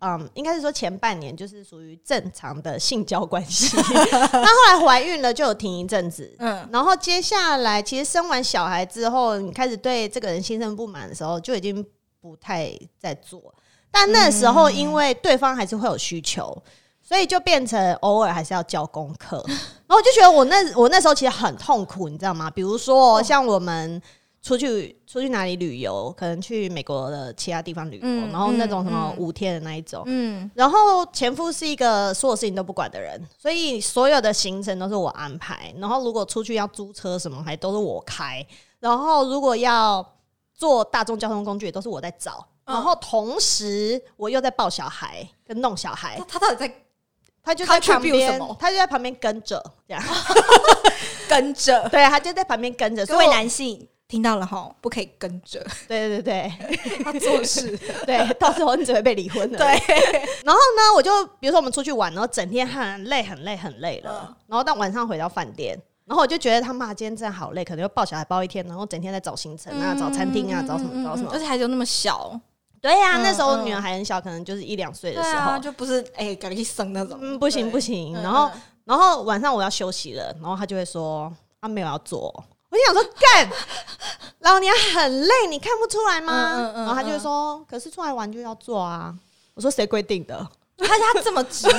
[SPEAKER 1] 嗯，应该是说前半年就是属于正常的性交关系， 那后来怀孕了就有停一阵子。
[SPEAKER 2] 嗯，
[SPEAKER 1] 然后接下来，其实生完小孩之后，你开始对这个人心生不满的时候，就已经不太在做。但那时候，
[SPEAKER 2] 嗯
[SPEAKER 1] 因为对方还是会有需求，所以就变成偶尔还是要交功 课。然后我就觉得我那我那时候其实很痛苦，你知道吗？比如说像我们出去出去哪里旅游，可能去美国的其他地方旅游，
[SPEAKER 2] 嗯
[SPEAKER 1] 然后那种什么
[SPEAKER 2] 嗯嗯
[SPEAKER 1] 五天的那一种。
[SPEAKER 2] 嗯，
[SPEAKER 1] 然后前夫是一个所有事情都不管的人，所以所有的行程都是我安排。然后如果出去要租车什么，还都是我开。然后如果要坐大众交通工具，也都是我在找。
[SPEAKER 2] 嗯
[SPEAKER 1] 然后同时我又在抱小孩跟弄小孩
[SPEAKER 2] 他，他到底在
[SPEAKER 1] 他就在旁
[SPEAKER 2] contribute 什
[SPEAKER 1] 边
[SPEAKER 2] 么，
[SPEAKER 1] 他就在旁边跟着这样。
[SPEAKER 2] 哦跟着？
[SPEAKER 1] 对，他就在旁边跟着。
[SPEAKER 2] 各
[SPEAKER 1] 所以
[SPEAKER 2] 位
[SPEAKER 1] 我
[SPEAKER 2] 男性听到了哈，不可以跟着
[SPEAKER 1] 对对对
[SPEAKER 2] 他做 事，
[SPEAKER 1] 对对，到时候你只会被离婚的。
[SPEAKER 2] 对，
[SPEAKER 1] 然后呢，我就比如说我们出去玩，然后整天很累、很累、很累了，
[SPEAKER 2] 嗯
[SPEAKER 1] 然后到晚上回到饭店，然后我就觉得他妈今天真的好累，可能又抱小孩抱一天，然后整天在找行程
[SPEAKER 2] 嗯
[SPEAKER 1] 啊、找餐厅啊、找什么、找什么
[SPEAKER 2] 而。且还有那么小，
[SPEAKER 1] 对呀、
[SPEAKER 2] 嗯
[SPEAKER 1] 那时候
[SPEAKER 2] 嗯
[SPEAKER 1] 女儿还很小，可能就是一两岁
[SPEAKER 2] 对
[SPEAKER 1] 的时候
[SPEAKER 2] 啊，。就不是哎，赶紧去生那种，
[SPEAKER 1] 嗯，不行
[SPEAKER 2] 对
[SPEAKER 1] 不行，
[SPEAKER 2] 嗯
[SPEAKER 1] 然后
[SPEAKER 2] 嗯
[SPEAKER 1] 然后晚上我要休息了，然后他就会说啊没有要做，我就想说干， 老娘很累，你看不出来吗？
[SPEAKER 2] 嗯嗯嗯
[SPEAKER 1] 然后他就会说，可是出来玩就要做啊。我说谁规定的？
[SPEAKER 2] 他他这么直白、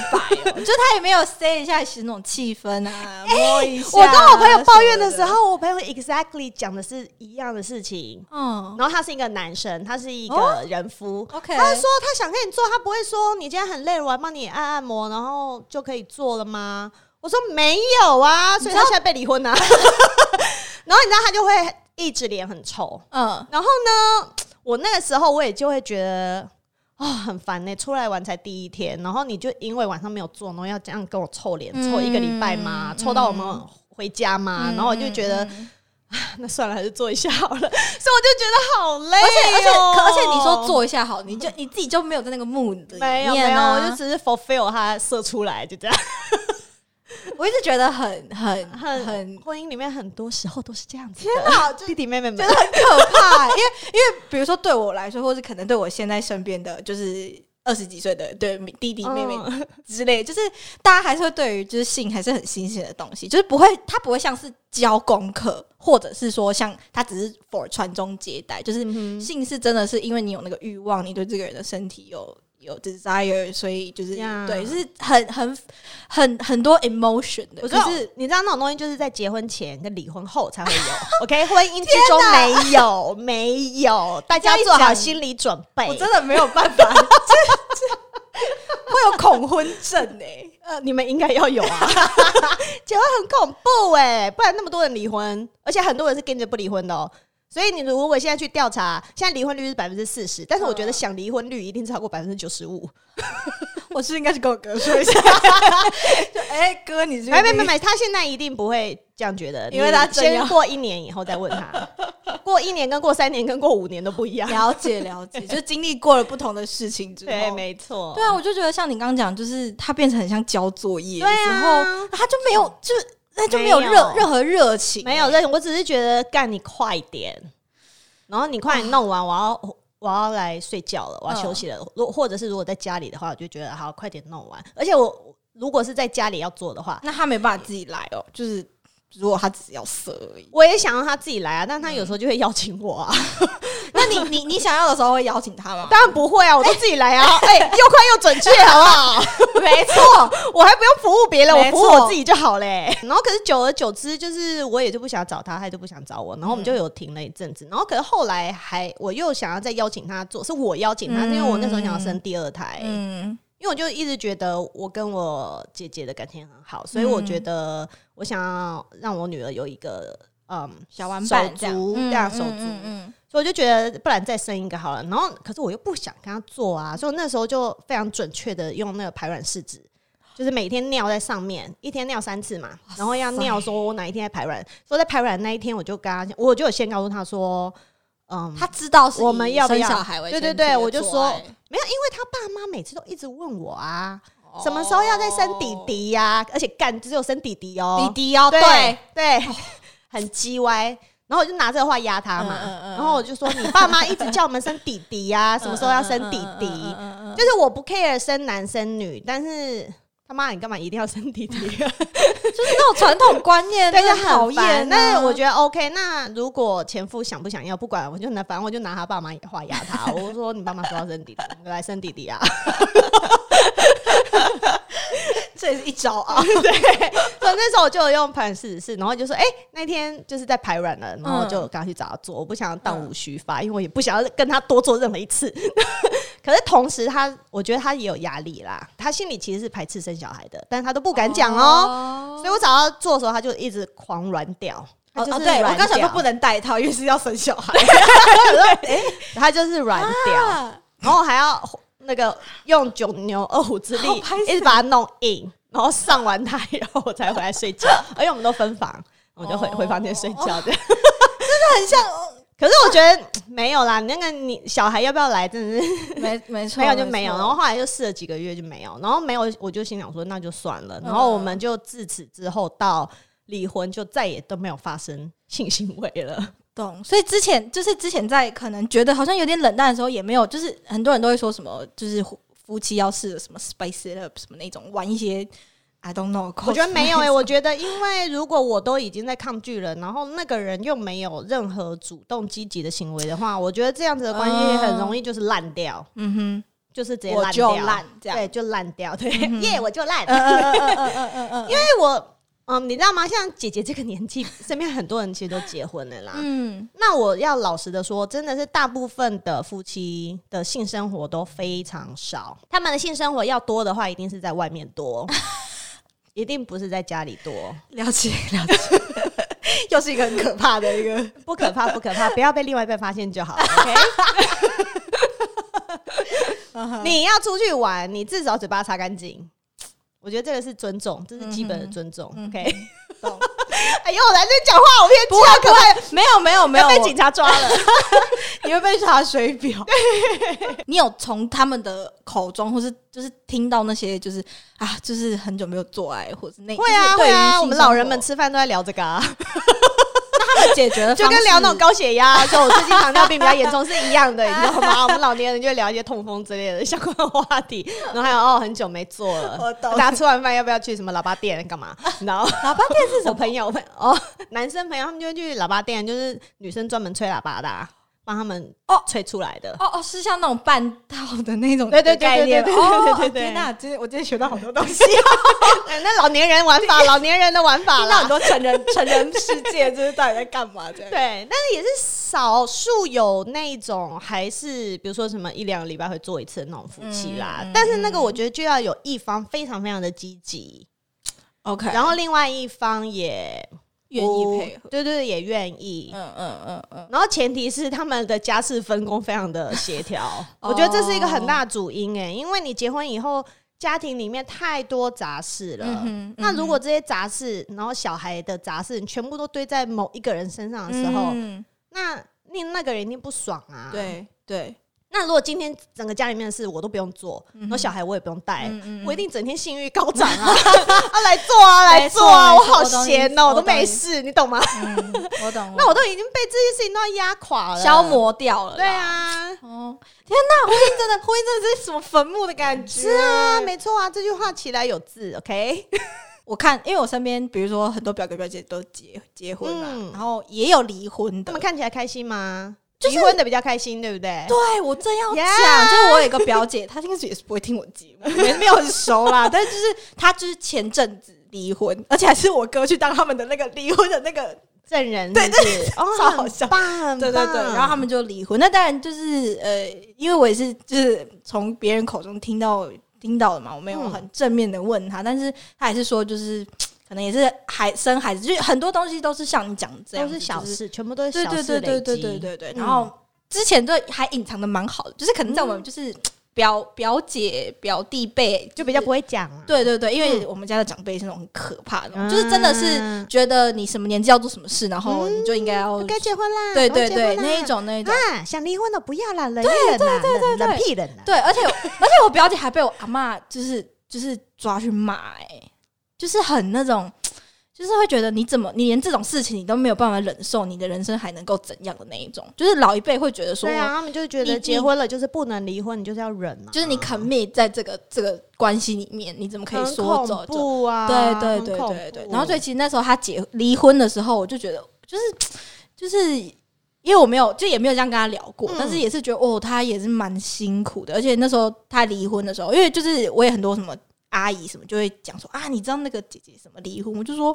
[SPEAKER 2] 哦， 就他也没有 say 一下其实那种气氛啊，摸一下。
[SPEAKER 1] 我跟哎
[SPEAKER 2] 啊
[SPEAKER 1] 我朋友抱怨的时，候，我朋友 exactly 讲的是一样的事情。
[SPEAKER 2] 嗯
[SPEAKER 1] 然后他是一个男生，他是一个
[SPEAKER 2] 哦
[SPEAKER 1] 人夫。
[SPEAKER 2] ，OK，
[SPEAKER 1] 他说他想跟你做，他不会说你今天很累，我来帮你按按摩，然后就可以做了吗？我说没有啊， 所以他现在被离婚了、然后你知道他就会一直脸很臭。
[SPEAKER 2] 嗯，
[SPEAKER 1] 然后呢，我那个时候我也就会觉得。啊、很烦呢、出来玩才第一天，然后你就因为晚上没有做，然后要这样跟我臭脸，
[SPEAKER 2] 嗯
[SPEAKER 1] 臭一个礼拜嘛，
[SPEAKER 2] 嗯
[SPEAKER 1] 臭到我们回家嘛，然后我就觉得、啊
[SPEAKER 2] 嗯
[SPEAKER 1] 那算了，还是做一下好了，所以我就 觉得好累、哦
[SPEAKER 2] 而且而且可而且你说，做一下好，你就你自己就没有在那个 mood 里面、啊、
[SPEAKER 1] 没有没有，我就只是 fulfill 它射出来，就这样。
[SPEAKER 2] 我一直觉得很很
[SPEAKER 1] 很
[SPEAKER 2] 很很
[SPEAKER 1] 婚姻里面很多时候都是这样子的，
[SPEAKER 2] 好，
[SPEAKER 1] 弟弟妹妹们
[SPEAKER 2] 觉得很可怕、因为 因为比如说对我来说，或是可能对我现在身边的就是。二十几岁的对弟弟妹妹
[SPEAKER 1] 嗯
[SPEAKER 2] 之类，就是大家还是会对于就是性还是很新鲜的东西，就是不会，它不会像是教功课，或者是说像它只是 for 传宗接代，就是性是真的是因为你有那个欲望，你对这个人的身体有有 desire，所以就是
[SPEAKER 1] Yeah
[SPEAKER 2] 对，就是很很很很多 emotion 的，
[SPEAKER 1] 我知
[SPEAKER 2] 就
[SPEAKER 1] 道
[SPEAKER 2] 是，
[SPEAKER 1] 你知道那种东西就是在结婚前跟离婚后才会 有，OK？婚姻之中没有，没有，大家
[SPEAKER 2] 这样一
[SPEAKER 1] 做好
[SPEAKER 2] 讲
[SPEAKER 1] 心理准备。
[SPEAKER 2] 我真的没有办法， 这这会有恐婚 症哎、
[SPEAKER 1] 呃，你们应该要有啊， 结婚很恐怖哎、不然那么多人离婚，而且很多人是跟着不离婚的哦。所以你如果现在去调查，现在离婚率是百分之四十，但是我觉得想离婚率一定超过百分之九十五。
[SPEAKER 2] 我是不是应该去跟我哥说一下，就哎、哥，你是
[SPEAKER 1] 没没没没，他现在一定不会这样觉得，
[SPEAKER 2] 因为他
[SPEAKER 1] 你
[SPEAKER 2] 真要
[SPEAKER 1] 先过一年以后再问他， 过一年跟过三年跟过五年都不一样。
[SPEAKER 2] 了解了解， 就经历过了不同的事情之后，
[SPEAKER 1] 对，没错，
[SPEAKER 2] 对啊，我就觉得像你刚刚讲，就是他变成很像交作业，
[SPEAKER 1] 对啊
[SPEAKER 2] 然后他就没有，就是他就没有
[SPEAKER 1] 没
[SPEAKER 2] 热
[SPEAKER 1] 有
[SPEAKER 2] 任何热情，
[SPEAKER 1] 没有，任，我只是觉得干你快一点，然后你快点弄完，我要我要来睡觉了，我要休息
[SPEAKER 2] 嗯
[SPEAKER 1] 了。如、或者是如果在家里的话，我就觉得好，快点弄完。而且我如果是在家里要做的话，
[SPEAKER 2] 那他没办法自己来哦，就是如果他只是要色 而已。
[SPEAKER 1] 我也想让他自己来啊，但他有时候就会邀请我啊。
[SPEAKER 2] 那你你你想要的时候会邀请他 吗？
[SPEAKER 1] 当然不会啊，我都自己来 啊。哎、又快又准 确，好不好？
[SPEAKER 2] 没错，
[SPEAKER 1] 我还不用服务别人，我
[SPEAKER 2] 没
[SPEAKER 1] 服
[SPEAKER 2] 错
[SPEAKER 1] 务我自己就好嘞。然后可是久而久之，就是我也就不想找他，他也就不想找我，然后我们就有停了一阵子。然后可是后来还我又想要再邀请他做，是我邀请他，
[SPEAKER 2] 嗯
[SPEAKER 1] 因为我那时候想要生第二胎，
[SPEAKER 2] 嗯
[SPEAKER 1] 因为我就一直觉得我跟我姐姐的感情很好，所以我觉得我想要让我女儿有一个嗯
[SPEAKER 2] 小玩
[SPEAKER 1] 手
[SPEAKER 2] 伴这样
[SPEAKER 1] 足这样手足。
[SPEAKER 2] 嗯
[SPEAKER 1] 所以我就觉得，不然再生一个好了。然后，可是我又不想跟他做
[SPEAKER 2] 嗯
[SPEAKER 1] 啊，所以我那时候就非常准确的用那个排卵试纸，就是每天尿在上面，一天尿三次嘛，然后要尿说我哪一天在排卵，所以在排卵那一天，我就跟他，我就有先告诉他说，嗯，
[SPEAKER 2] 他知道是以
[SPEAKER 1] 我们要不要
[SPEAKER 2] 生小孩为
[SPEAKER 1] 对
[SPEAKER 2] 前提
[SPEAKER 1] 对
[SPEAKER 2] 的
[SPEAKER 1] 对我就
[SPEAKER 2] 做
[SPEAKER 1] 说
[SPEAKER 2] 爱
[SPEAKER 1] 没有，因为他爸妈每次都一直问我啊，
[SPEAKER 2] 哦
[SPEAKER 1] 什么时候要再生弟弟呀、而且干只有生弟弟哦、
[SPEAKER 2] 弟弟哦，
[SPEAKER 1] 对
[SPEAKER 2] 对，
[SPEAKER 1] 对， 很鸡歪。然后我就拿这个话压他嘛，
[SPEAKER 2] 嗯嗯嗯嗯
[SPEAKER 1] 然后我就说你爸妈一直叫我们生弟弟呀、什么时候要生弟弟？就是我不 care 生男生女，但是他妈你干嘛一定要生弟弟？啊
[SPEAKER 2] 就是那种传统观念，
[SPEAKER 1] 但
[SPEAKER 2] 真
[SPEAKER 1] 是
[SPEAKER 2] 的
[SPEAKER 1] 很
[SPEAKER 2] 讨
[SPEAKER 1] 烦
[SPEAKER 2] 厌。啊
[SPEAKER 1] 但是我觉得 OK，那如果前夫想不想要，不管，我就拿，反正我就拿他爸妈话压他。我说你爸妈说要生弟弟，你来生弟弟啊！
[SPEAKER 2] 得这也是一招啊，
[SPEAKER 1] 所以那时候我就有用排卵试纸试，然后就说，哎、那天就是在排卵了，然后就
[SPEAKER 2] 嗯
[SPEAKER 1] 刚去找他做，我不想要当无虚发，因为我也不想要跟他多做任何一次。 可是同时他，我觉得他也有压力啦，他心里其实是排斥生小孩的，但他都不敢讲哦。
[SPEAKER 2] 哦。
[SPEAKER 1] 所以我找他做的时候，他就一直狂软屌。他
[SPEAKER 2] 哦
[SPEAKER 1] 就是
[SPEAKER 2] 哦，对我
[SPEAKER 1] 软
[SPEAKER 2] 刚想说
[SPEAKER 1] 屌
[SPEAKER 2] 不能带套，因为是要生小 孩。
[SPEAKER 1] 哎
[SPEAKER 2] 啊
[SPEAKER 1] 他就是软屌，然后还要那个用九牛二虎之力
[SPEAKER 2] 好拍，死
[SPEAKER 1] 一直把它弄硬，然后上完它以后我才回来睡觉，而且我们都分房，我就回
[SPEAKER 2] 哦
[SPEAKER 1] 回房间睡觉这样。
[SPEAKER 2] 很像，
[SPEAKER 1] 可是我觉得没有啦，那个你小孩要不要来，真的是
[SPEAKER 2] 没哦没错，
[SPEAKER 1] 没有就没有。然
[SPEAKER 2] 错
[SPEAKER 1] 后后来就试了几个月就没有，然后没有我就心想说那就算了，然后我们就自此之后到离婚就再也都没有发生性行为了。
[SPEAKER 2] 懂。所以之前就是之前在可能觉得好像有点冷淡的时候，也没有，就是很多人都会说什么，就是夫夫妻要试什么 spice it up 什么那种玩一些 I don't know，
[SPEAKER 1] 我觉得没有诶、欸
[SPEAKER 2] 哎、
[SPEAKER 1] 我觉得因为如果我都已经在抗拒了，然后那个人又没有任何主动积极的行为的话，我觉得这样子的关系
[SPEAKER 2] 嗯
[SPEAKER 1] 很容易就是烂掉，
[SPEAKER 2] 嗯哼，
[SPEAKER 1] 就是直接
[SPEAKER 2] 我
[SPEAKER 1] 烂
[SPEAKER 2] 就
[SPEAKER 1] 掉，
[SPEAKER 2] 烂这样。
[SPEAKER 1] 对，就烂掉，对，耶，我就烂。
[SPEAKER 2] 嗯嗯嗯嗯嗯嗯嗯，因为
[SPEAKER 1] 因为我，嗯，你知道吗？像姐姐这个年纪，身边很多人其实都结婚了啦。
[SPEAKER 2] 嗯
[SPEAKER 1] 那我要老实的说，真的是大部分的夫妻的性生活都非常少，他们的性生活要多的话，一定是在外面 多，一定不是在家里多。
[SPEAKER 2] 了解了解， 又是一个很可怕的一个
[SPEAKER 1] 不可 怕，不可怕，不要被另外一半发现就好。OK，你
[SPEAKER 2] 嗯
[SPEAKER 1] 要出去玩，你至少嘴巴擦干净。我觉得这个是尊重，这是基本的
[SPEAKER 2] 嗯
[SPEAKER 1] 尊重。OK，
[SPEAKER 2] 懂
[SPEAKER 1] 哎呦，我来这边讲话，我偏激啊，可不可
[SPEAKER 2] 没有没有没有，
[SPEAKER 1] 以被
[SPEAKER 2] 我
[SPEAKER 1] 警察抓了？
[SPEAKER 2] 你会被查水表。你有从他们的口中，或是就是听到那些就是啊，就是很久没有做爱，或是那
[SPEAKER 1] 会啊，
[SPEAKER 2] 就是对
[SPEAKER 1] 会
[SPEAKER 2] 于
[SPEAKER 1] 啊，
[SPEAKER 2] 性
[SPEAKER 1] 我们老人们
[SPEAKER 2] 生
[SPEAKER 1] 吃饭都在聊这个啊，
[SPEAKER 2] 活他们解决的
[SPEAKER 1] 就跟
[SPEAKER 2] 方式
[SPEAKER 1] 聊那种高血压，说我最近糖尿病比较严重是一 样的，你知道吗？我们老年人就会聊一些痛风之类的相关的话题，然后还有哦，很久没做了
[SPEAKER 2] 我，懂
[SPEAKER 1] 大家吃完饭要不要去什么喇叭店干嘛？然后。
[SPEAKER 2] 喇叭店是什
[SPEAKER 1] 我
[SPEAKER 2] 么？
[SPEAKER 1] 朋友们哦，男生朋友他们就会去喇叭店，就是女生专门吹喇叭的、啊，帮他们
[SPEAKER 2] 哦
[SPEAKER 1] 吹出来的。
[SPEAKER 2] 哦哦，是像那种半套的那种
[SPEAKER 1] 对对对
[SPEAKER 2] 概念
[SPEAKER 1] 对对对
[SPEAKER 2] 哦
[SPEAKER 1] 对对对
[SPEAKER 2] 天哪，今天我今天学到好多东西，
[SPEAKER 1] 哎那老年人玩法，老年人的玩法
[SPEAKER 2] 听到很
[SPEAKER 1] 啦。
[SPEAKER 2] 多成人成人世界，就是到底在干嘛这样？
[SPEAKER 1] 对，但是也是少数有那一种，还是比如说什么一两个礼拜会做一次的那种夫妻啦。
[SPEAKER 2] 嗯
[SPEAKER 1] 但是那个我觉得就要有一方非常非常的积极，
[SPEAKER 2] ，OK，
[SPEAKER 1] 然后另外一方也
[SPEAKER 2] 愿意配合，
[SPEAKER 1] 对对对，也愿意。
[SPEAKER 2] 哦嗯嗯嗯嗯，
[SPEAKER 1] 然后前提是他们的家事分工非常的协 调，我觉得这是一个很大的主因
[SPEAKER 2] 哦
[SPEAKER 1] 诶、因为你结婚以后，家庭里面太多杂事了。
[SPEAKER 2] 嗯哼
[SPEAKER 1] 那如果这些杂事，然后小孩的杂事，你全部都堆在某一个人身上的时候，
[SPEAKER 2] 嗯
[SPEAKER 1] 那那那个人一定不爽啊。。
[SPEAKER 2] 对对，
[SPEAKER 1] 那如果今天整个家里面的事我都不用做，然后小孩我也不用带，
[SPEAKER 2] 嗯
[SPEAKER 1] 我一定整天性欲高涨 啊！啊，来做啊，来做啊！
[SPEAKER 2] 没
[SPEAKER 1] 我
[SPEAKER 2] 错
[SPEAKER 1] 好
[SPEAKER 2] 没错
[SPEAKER 1] 闲
[SPEAKER 2] 我
[SPEAKER 1] 哦，
[SPEAKER 2] 懂
[SPEAKER 1] 我都没
[SPEAKER 2] 你
[SPEAKER 1] 事，你懂吗？
[SPEAKER 2] 嗯，我懂
[SPEAKER 1] 那我都已经被这些事情都要压垮了，
[SPEAKER 2] 消磨掉了，
[SPEAKER 1] 对。啊，
[SPEAKER 2] 哦，天哪！婚姻真的，
[SPEAKER 1] 啊
[SPEAKER 2] 婚姻真的是什么坟墓的感觉？
[SPEAKER 1] 是啊，没错啊，这句话起来有字，OK？
[SPEAKER 2] 我看，因为我身边比如说很多表哥表姐都结结婚了、
[SPEAKER 1] 嗯
[SPEAKER 2] 然后也有离婚
[SPEAKER 1] 他
[SPEAKER 2] 的
[SPEAKER 1] 们。看起来开心吗？
[SPEAKER 2] 就是
[SPEAKER 1] 离婚的比较开心，对不对？
[SPEAKER 2] 对我正要讲
[SPEAKER 1] Yeah
[SPEAKER 2] 就是我有一个表姐，她应该是也是不会听我节目，没没有很熟 啦，但是就是她就是前阵子离婚，而且还是我哥去当他们的那个离婚的那个
[SPEAKER 1] 证人对对，哦，
[SPEAKER 2] 超好笑
[SPEAKER 1] 很棒，很
[SPEAKER 2] 对对对，
[SPEAKER 1] 棒
[SPEAKER 2] 然后他们就离婚。那当然就是呃，因为我也是就是从别人口中听到听到的嘛，我没有
[SPEAKER 1] 嗯
[SPEAKER 2] 很正面的问他，但是他还是说就是可能也是孩生孩子，就是很多东西都是像你讲的这样
[SPEAKER 1] 都
[SPEAKER 2] 子，
[SPEAKER 1] 是小
[SPEAKER 2] 就是
[SPEAKER 1] 事，全部都是
[SPEAKER 2] 对
[SPEAKER 1] 小
[SPEAKER 2] 对
[SPEAKER 1] 事
[SPEAKER 2] 对
[SPEAKER 1] 累
[SPEAKER 2] 对
[SPEAKER 1] 积。
[SPEAKER 2] 对对对对。
[SPEAKER 1] 嗯
[SPEAKER 2] 然后之前都还隐藏的蛮好的，就是可能在我们
[SPEAKER 1] 嗯
[SPEAKER 2] 就是表表姐表弟辈
[SPEAKER 1] 就比较不会讲啊。
[SPEAKER 2] 对对对，因为我们家的长辈是那种很可怕的那种，
[SPEAKER 1] 嗯
[SPEAKER 2] 就是真的是觉得你什么年纪要做什么事，然后你就应该要
[SPEAKER 1] 我该结婚啦，
[SPEAKER 2] 对
[SPEAKER 1] 赶快
[SPEAKER 2] 对
[SPEAKER 1] 结
[SPEAKER 2] 对
[SPEAKER 1] 婚啦
[SPEAKER 2] 那一种那一种。
[SPEAKER 1] 啊，想离婚的不要啦，忍一忍啦，忍
[SPEAKER 2] 对
[SPEAKER 1] 忍屁忍啦。
[SPEAKER 2] 对，而且而且我表姐还被我阿嬷就是就是抓去骂，哎，就是很那种，就是会觉得你怎么你连这种事情你都没有办法忍受，你的人生还能够怎样的那一种？就是老一辈会觉得说，
[SPEAKER 1] 对啊，他们就觉
[SPEAKER 2] 你
[SPEAKER 1] 得
[SPEAKER 2] 你
[SPEAKER 1] 结婚了就是不能离婚，你就是要忍嘛，
[SPEAKER 2] 就是你 commit 在这个这个关系里面，你怎么可以
[SPEAKER 1] 很
[SPEAKER 2] 说走
[SPEAKER 1] 恐
[SPEAKER 2] 就？
[SPEAKER 1] 怖啊，
[SPEAKER 2] 对对
[SPEAKER 1] 很
[SPEAKER 2] 对
[SPEAKER 1] 恐
[SPEAKER 2] 对对。
[SPEAKER 1] 怖
[SPEAKER 2] 然后哦所以其实那时候他结离婚的时候，我就觉得就是就是。因为我没有，就也没有这样跟他聊过，
[SPEAKER 1] 嗯
[SPEAKER 2] 但是也是觉得哦，他也是蛮辛苦的。而且那时候他离婚的时候，因为就是我也很多什么阿姨什么就会讲说啊，你知道那个姐姐什么离婚，我就说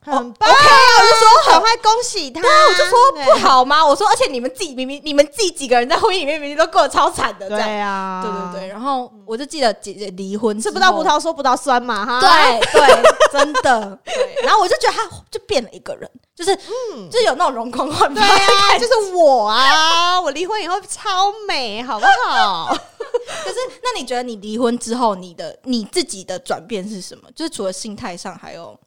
[SPEAKER 1] 很棒，
[SPEAKER 2] 啊
[SPEAKER 1] 我就说很快恭喜他，我就
[SPEAKER 2] 不好吗？我说，而且你们自己明明你们自己几个人在婚姻里面明明都过得超惨的，这样
[SPEAKER 1] 对啊，
[SPEAKER 2] 对对对。然后我就记得姐姐离婚
[SPEAKER 1] 吃
[SPEAKER 2] 之
[SPEAKER 1] 不到
[SPEAKER 2] 后
[SPEAKER 1] 葡萄说葡萄酸嘛哈，
[SPEAKER 2] 对啊对，真的。 对，嗯然后我就觉得他就变了一个人，就是、就有那种容光焕发。
[SPEAKER 1] 对啊，就是我啊，我离婚以后超美，好不好？
[SPEAKER 2] 可是，那你觉得你离婚之后，你的你自己的转变是什么？就是除了心态上，还有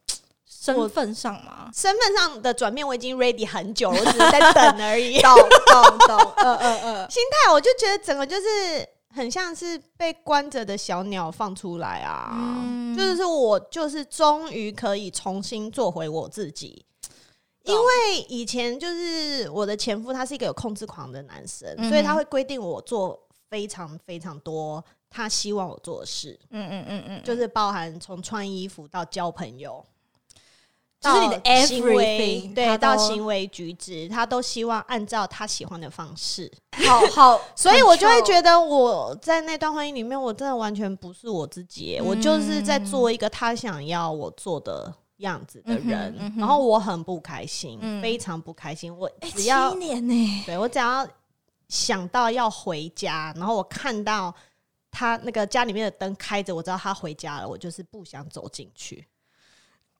[SPEAKER 2] 身份上吗？
[SPEAKER 1] 身份上的转变我已经 ready 很久了，我只是在等而已。
[SPEAKER 2] 懂懂懂，呃呃呃，
[SPEAKER 1] 心态，我就觉得整个就是很像是被关着的小鸟放出来啊，
[SPEAKER 2] 嗯
[SPEAKER 1] 就是我就是终于可以重新做回我自己。因
[SPEAKER 2] 懂
[SPEAKER 1] 为以前就是我的前夫，他是一个有控制狂的男生，
[SPEAKER 2] 嗯哼
[SPEAKER 1] 所以他会规定我做非常非常多他希望我做的事，
[SPEAKER 2] 嗯嗯嗯嗯，
[SPEAKER 1] 就是包含从穿衣服到交朋友，
[SPEAKER 2] 就是你的
[SPEAKER 1] 到行为
[SPEAKER 2] everything，
[SPEAKER 1] 对，
[SPEAKER 2] 他
[SPEAKER 1] 到
[SPEAKER 2] 都
[SPEAKER 1] 行为举止，他都希望按照他喜欢的方式。
[SPEAKER 2] 好嗯好，
[SPEAKER 1] 所以我就会觉
[SPEAKER 2] 得
[SPEAKER 1] 得我在那段婚姻里面，我真的完全不是我自
[SPEAKER 2] 嗯
[SPEAKER 1] 己，我就是在做一个他想要我做的样子的人，
[SPEAKER 2] 嗯哼嗯哼
[SPEAKER 1] 然后我很不开心，
[SPEAKER 2] 嗯
[SPEAKER 1] 非常不开心。我只
[SPEAKER 2] 哎七
[SPEAKER 1] 要、
[SPEAKER 2] 年呢，
[SPEAKER 1] 对我只要想到要回家，然后我看到他那个家里面的灯开着，我知道他回家了，我就是不想走进去。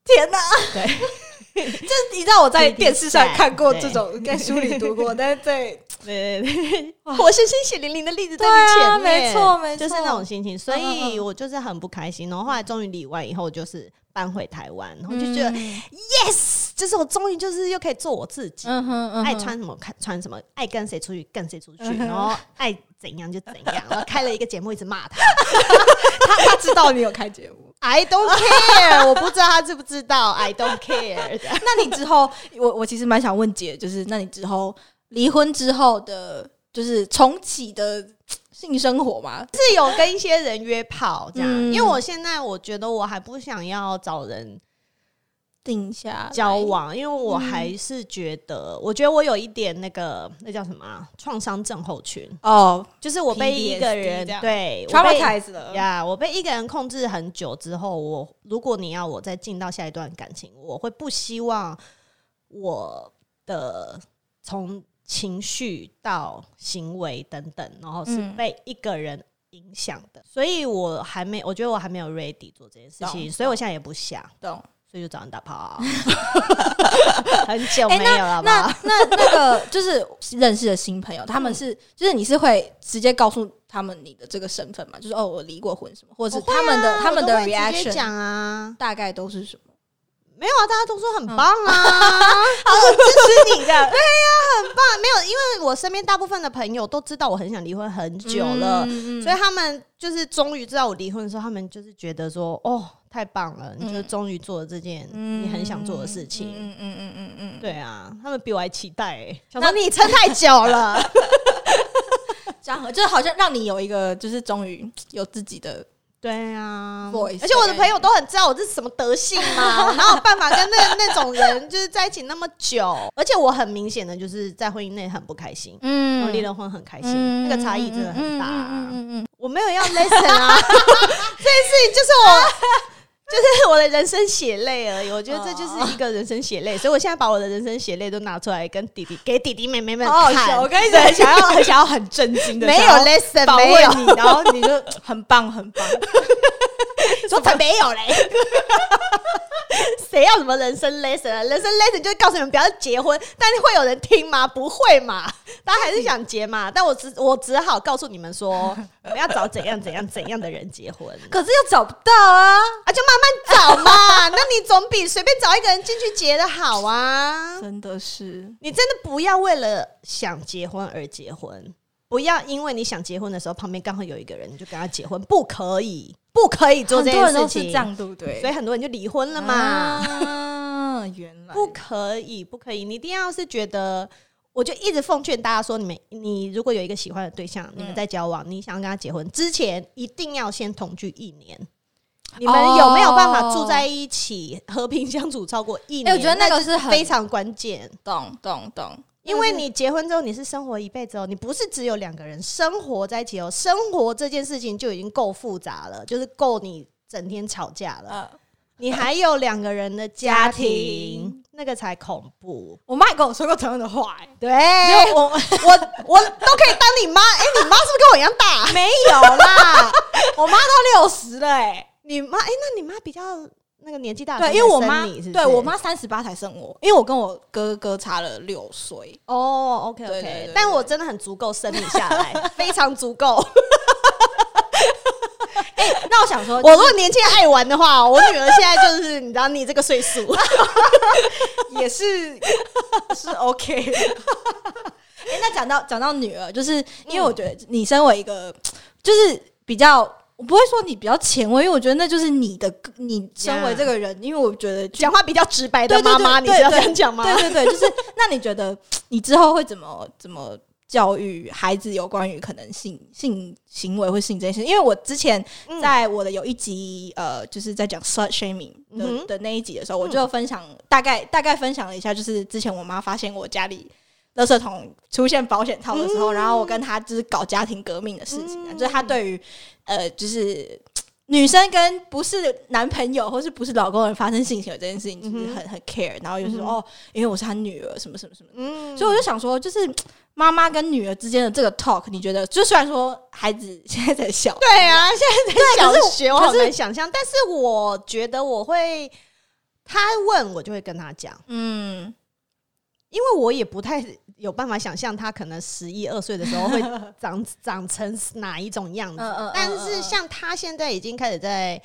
[SPEAKER 2] 天哪！
[SPEAKER 1] 对，
[SPEAKER 2] 就是你知道我在
[SPEAKER 1] 弟弟
[SPEAKER 2] 电视上
[SPEAKER 1] 在
[SPEAKER 2] 看过
[SPEAKER 1] 对
[SPEAKER 2] 这种，在书里读过，但是在
[SPEAKER 1] 对对对，活生生血淋淋的例子在
[SPEAKER 2] 对
[SPEAKER 1] 你
[SPEAKER 2] 啊
[SPEAKER 1] 前面，
[SPEAKER 2] 没错没
[SPEAKER 1] 就是
[SPEAKER 2] 错
[SPEAKER 1] 那种心情，所
[SPEAKER 2] 嗯嗯
[SPEAKER 1] 以
[SPEAKER 2] 嗯
[SPEAKER 1] 我就是很不开心。然后后来终于离完以后，我就是搬回台湾，然后
[SPEAKER 2] 我
[SPEAKER 1] 就
[SPEAKER 2] 就
[SPEAKER 1] 觉
[SPEAKER 2] 觉
[SPEAKER 1] 得、
[SPEAKER 2] 得哎
[SPEAKER 1] yes，就是我终于就是又可以做我自己，
[SPEAKER 2] 嗯哼嗯
[SPEAKER 1] 爱
[SPEAKER 2] 爱
[SPEAKER 1] 穿
[SPEAKER 2] 穿
[SPEAKER 1] 什么看穿什么，爱跟谁出去跟谁出去，
[SPEAKER 2] 嗯哼
[SPEAKER 1] 然后爱怎样就怎样。然后开了一个节目一直骂他
[SPEAKER 2] 他他知道你有开节目，
[SPEAKER 1] ，I don't care，我不知道他知不知 道，I don't care 这样。
[SPEAKER 2] 那你之后，我我其实蛮想问姐，就是那你之后离婚之后的，就是重启的性生活嘛？
[SPEAKER 1] 是有跟一些人约炮这样，
[SPEAKER 2] 嗯
[SPEAKER 1] 因为我现在我觉得我还不想要找人
[SPEAKER 2] 定下
[SPEAKER 1] 交，往，因为我
[SPEAKER 2] 嗯
[SPEAKER 1] 还是觉得，我觉得我有一点那个那叫什么啊创、伤症候群，
[SPEAKER 2] 哦
[SPEAKER 1] 就是我被一个
[SPEAKER 2] PTSD
[SPEAKER 1] 人
[SPEAKER 2] 这样
[SPEAKER 1] 对我被
[SPEAKER 2] ，traumatize 了，
[SPEAKER 1] 呀我被一个人控制很久之后，我如果你要我再进到下一段感情，我会不希望我的从情绪到行为等等，然后是
[SPEAKER 2] 嗯
[SPEAKER 1] 被一个人影响的，所以我还没，我觉得我还没有 ready 做这件事情，
[SPEAKER 2] 懂
[SPEAKER 1] 所以我现在也不想。
[SPEAKER 2] 懂？
[SPEAKER 1] 所以就找人打炮、啊， 很久没
[SPEAKER 2] 哎
[SPEAKER 1] 有了
[SPEAKER 2] 那
[SPEAKER 1] 吧？
[SPEAKER 2] 那那个就是认识的新朋友，他们是就是你是会直接告诉他们你的这个身份嘛？就是哦，我离过婚什么，或者是他们的、他们的
[SPEAKER 1] 我都会直接
[SPEAKER 2] reaction
[SPEAKER 1] 讲啊，
[SPEAKER 2] 大概都是什么？
[SPEAKER 1] 没有啊，大家都说很棒啊， 好，我支 持你的，对呀、很棒。没有，因为我身边大部分的朋友都知道我很想离婚很久了，
[SPEAKER 2] 嗯嗯
[SPEAKER 1] 所以他们就是终于知道我离婚的时候，他们就是觉得说，哦，太棒了，你就终于做了这件你很想做的事情。
[SPEAKER 2] 嗯嗯嗯嗯嗯
[SPEAKER 1] 对啊，他们比我还期待、欸，想
[SPEAKER 2] 那
[SPEAKER 1] 说你撑太久了，
[SPEAKER 2] 嗯，这样就是好像让你有一个就是终于有自己的
[SPEAKER 1] 对啊
[SPEAKER 2] Voice
[SPEAKER 1] 而且我的朋友都很知道我这是什么德性嘛， 我哪有办法跟那那种人就是在一起那么久？而且我很明显的就是在婚姻内很不开心，
[SPEAKER 2] 嗯
[SPEAKER 1] 我离了婚很开心，
[SPEAKER 2] 嗯
[SPEAKER 1] 那个差异真的很大啊、
[SPEAKER 2] 嗯嗯嗯嗯嗯
[SPEAKER 1] 我没有要 lesson 啊， 这件事情就是我， 就是我的人生血泪而已。我觉得这就是一个人生血泪，所以我现在把我的人生血泪都拿出来跟弟弟、给弟弟妹妹们
[SPEAKER 2] 嗯好好
[SPEAKER 1] 看
[SPEAKER 2] 笑，我。刚一直很想要很想要很震惊的，
[SPEAKER 1] 没有
[SPEAKER 2] 想要
[SPEAKER 1] lesson，
[SPEAKER 2] 访
[SPEAKER 1] 没有
[SPEAKER 2] 问你，然后 你就很棒很棒，
[SPEAKER 1] 说才没 有嘞，谁要什么人生 lesson 啊？人生 lesson 就是告诉你们不要结婚，但是会有人听吗？不会嘛，大家还是想结 嘛。但我只我只好告诉你们说，我们要找怎样怎样怎样的人结 婚
[SPEAKER 2] 可是又找不到啊，
[SPEAKER 1] 啊，就慢慢找嘛。 那你总比随便找一个人进去结的好啊。
[SPEAKER 2] 真的是
[SPEAKER 1] 你真的不要为了想结婚而结婚，不要因为你想结婚的时候旁边刚好有一个人你就跟他结婚，不可以，不可以做
[SPEAKER 2] 很
[SPEAKER 1] 这
[SPEAKER 2] 多
[SPEAKER 1] 件
[SPEAKER 2] 人
[SPEAKER 1] 事
[SPEAKER 2] 都
[SPEAKER 1] 情。
[SPEAKER 2] 是这样，对不对？
[SPEAKER 1] 所以很多人就离婚了嘛。
[SPEAKER 2] 啊， 原来
[SPEAKER 1] 不可以，不可以，你一定要是觉得。我就一直奉劝大家说，你们你如果有一个喜欢的对象，你们在交往，你想要跟他结婚之前，一定要先同居一年。你们有没有办法住在一起、和平相处超过一年？
[SPEAKER 3] 哎我觉得那个
[SPEAKER 1] 就是
[SPEAKER 3] 很
[SPEAKER 1] 非常关键，
[SPEAKER 3] 懂懂懂，
[SPEAKER 1] 因为你结婚之后你是生活一辈子哦，你不是只有两个人生活在一起哦，生活这件事情就已经够复杂了，就是够你整天吵架了。
[SPEAKER 2] 呃，
[SPEAKER 1] 你还有两个人的家庭，
[SPEAKER 2] 家
[SPEAKER 1] 那个才恐怖。
[SPEAKER 2] 我妈也跟我说过同样的话、欸，
[SPEAKER 1] 对，
[SPEAKER 2] 因为
[SPEAKER 1] 哎我我
[SPEAKER 2] 我
[SPEAKER 1] 我都可以当你妈。 哎、你妈是不是跟我一样大？
[SPEAKER 2] 没有啦，我妈都六十了哎、
[SPEAKER 1] 你妈哎、那你妈比较那个年纪大，
[SPEAKER 2] 对，
[SPEAKER 1] 才
[SPEAKER 2] 因为我
[SPEAKER 1] 生
[SPEAKER 2] 妈
[SPEAKER 1] 你是不是
[SPEAKER 2] 对我妈三十八才生我，因为我跟我哥哥差了 六岁，
[SPEAKER 1] 哦，OK
[SPEAKER 2] 对
[SPEAKER 1] OK，
[SPEAKER 2] 对对对
[SPEAKER 1] 但我真的很足够生你下来，非常足够。
[SPEAKER 2] 哎那我想说，
[SPEAKER 1] 我如果年纪爱玩的话，我女儿现在就是你知道你这个岁数，
[SPEAKER 2] 也是是 OK 的。哎、那讲到讲到女儿，就是因为我觉得你身为一个，就是比较，我不会说你比较前卫，因为我觉得那就是你的，你身为这个人，因为我觉得
[SPEAKER 1] 讲话比较直白的
[SPEAKER 2] 对对
[SPEAKER 1] 妈
[SPEAKER 2] 对
[SPEAKER 1] 妈，你
[SPEAKER 2] 对
[SPEAKER 1] 是要这
[SPEAKER 2] 对
[SPEAKER 1] 样讲吗？
[SPEAKER 2] 对对对，就是那你觉得你之后会怎么怎么教育孩子有关于可能性性行为或性这件事？因为我之前
[SPEAKER 1] 嗯
[SPEAKER 2] 在我的有一集、呃，就是在讲 slut shaming 的、
[SPEAKER 1] 嗯哼
[SPEAKER 2] 的那一集的时候，我就分享、大概大概分享了一下，就是之前我妈发现我家里。垃圾桶出现保险套的时候，然后我跟她就是搞家庭革命的事情、啊，
[SPEAKER 1] 嗯
[SPEAKER 2] 就是她对于呃，就是女生跟不是男朋友或是不是老公的人发生性行为这件事情，就是
[SPEAKER 1] 嗯哼
[SPEAKER 2] 很很 care，然后又是说、
[SPEAKER 1] 嗯哼
[SPEAKER 2] 哦，因为我是他女儿，什么什么什么的。
[SPEAKER 1] 嗯
[SPEAKER 2] 所以我就想说，就是妈妈跟女儿之间的这个 talk，你觉得？就虽然说孩子现在才小，
[SPEAKER 1] 对啊，现在在
[SPEAKER 2] 对可是
[SPEAKER 1] 小
[SPEAKER 2] 我
[SPEAKER 1] 学，我好
[SPEAKER 2] 可是
[SPEAKER 1] 难想象。但是我觉得我会，他问我就会跟他讲，
[SPEAKER 2] 嗯，
[SPEAKER 1] 因为我也不太有办法想象他可能十一二岁的时候 会长长成哪一种样子。
[SPEAKER 2] 嗯嗯
[SPEAKER 1] 但是像他现在已经开始在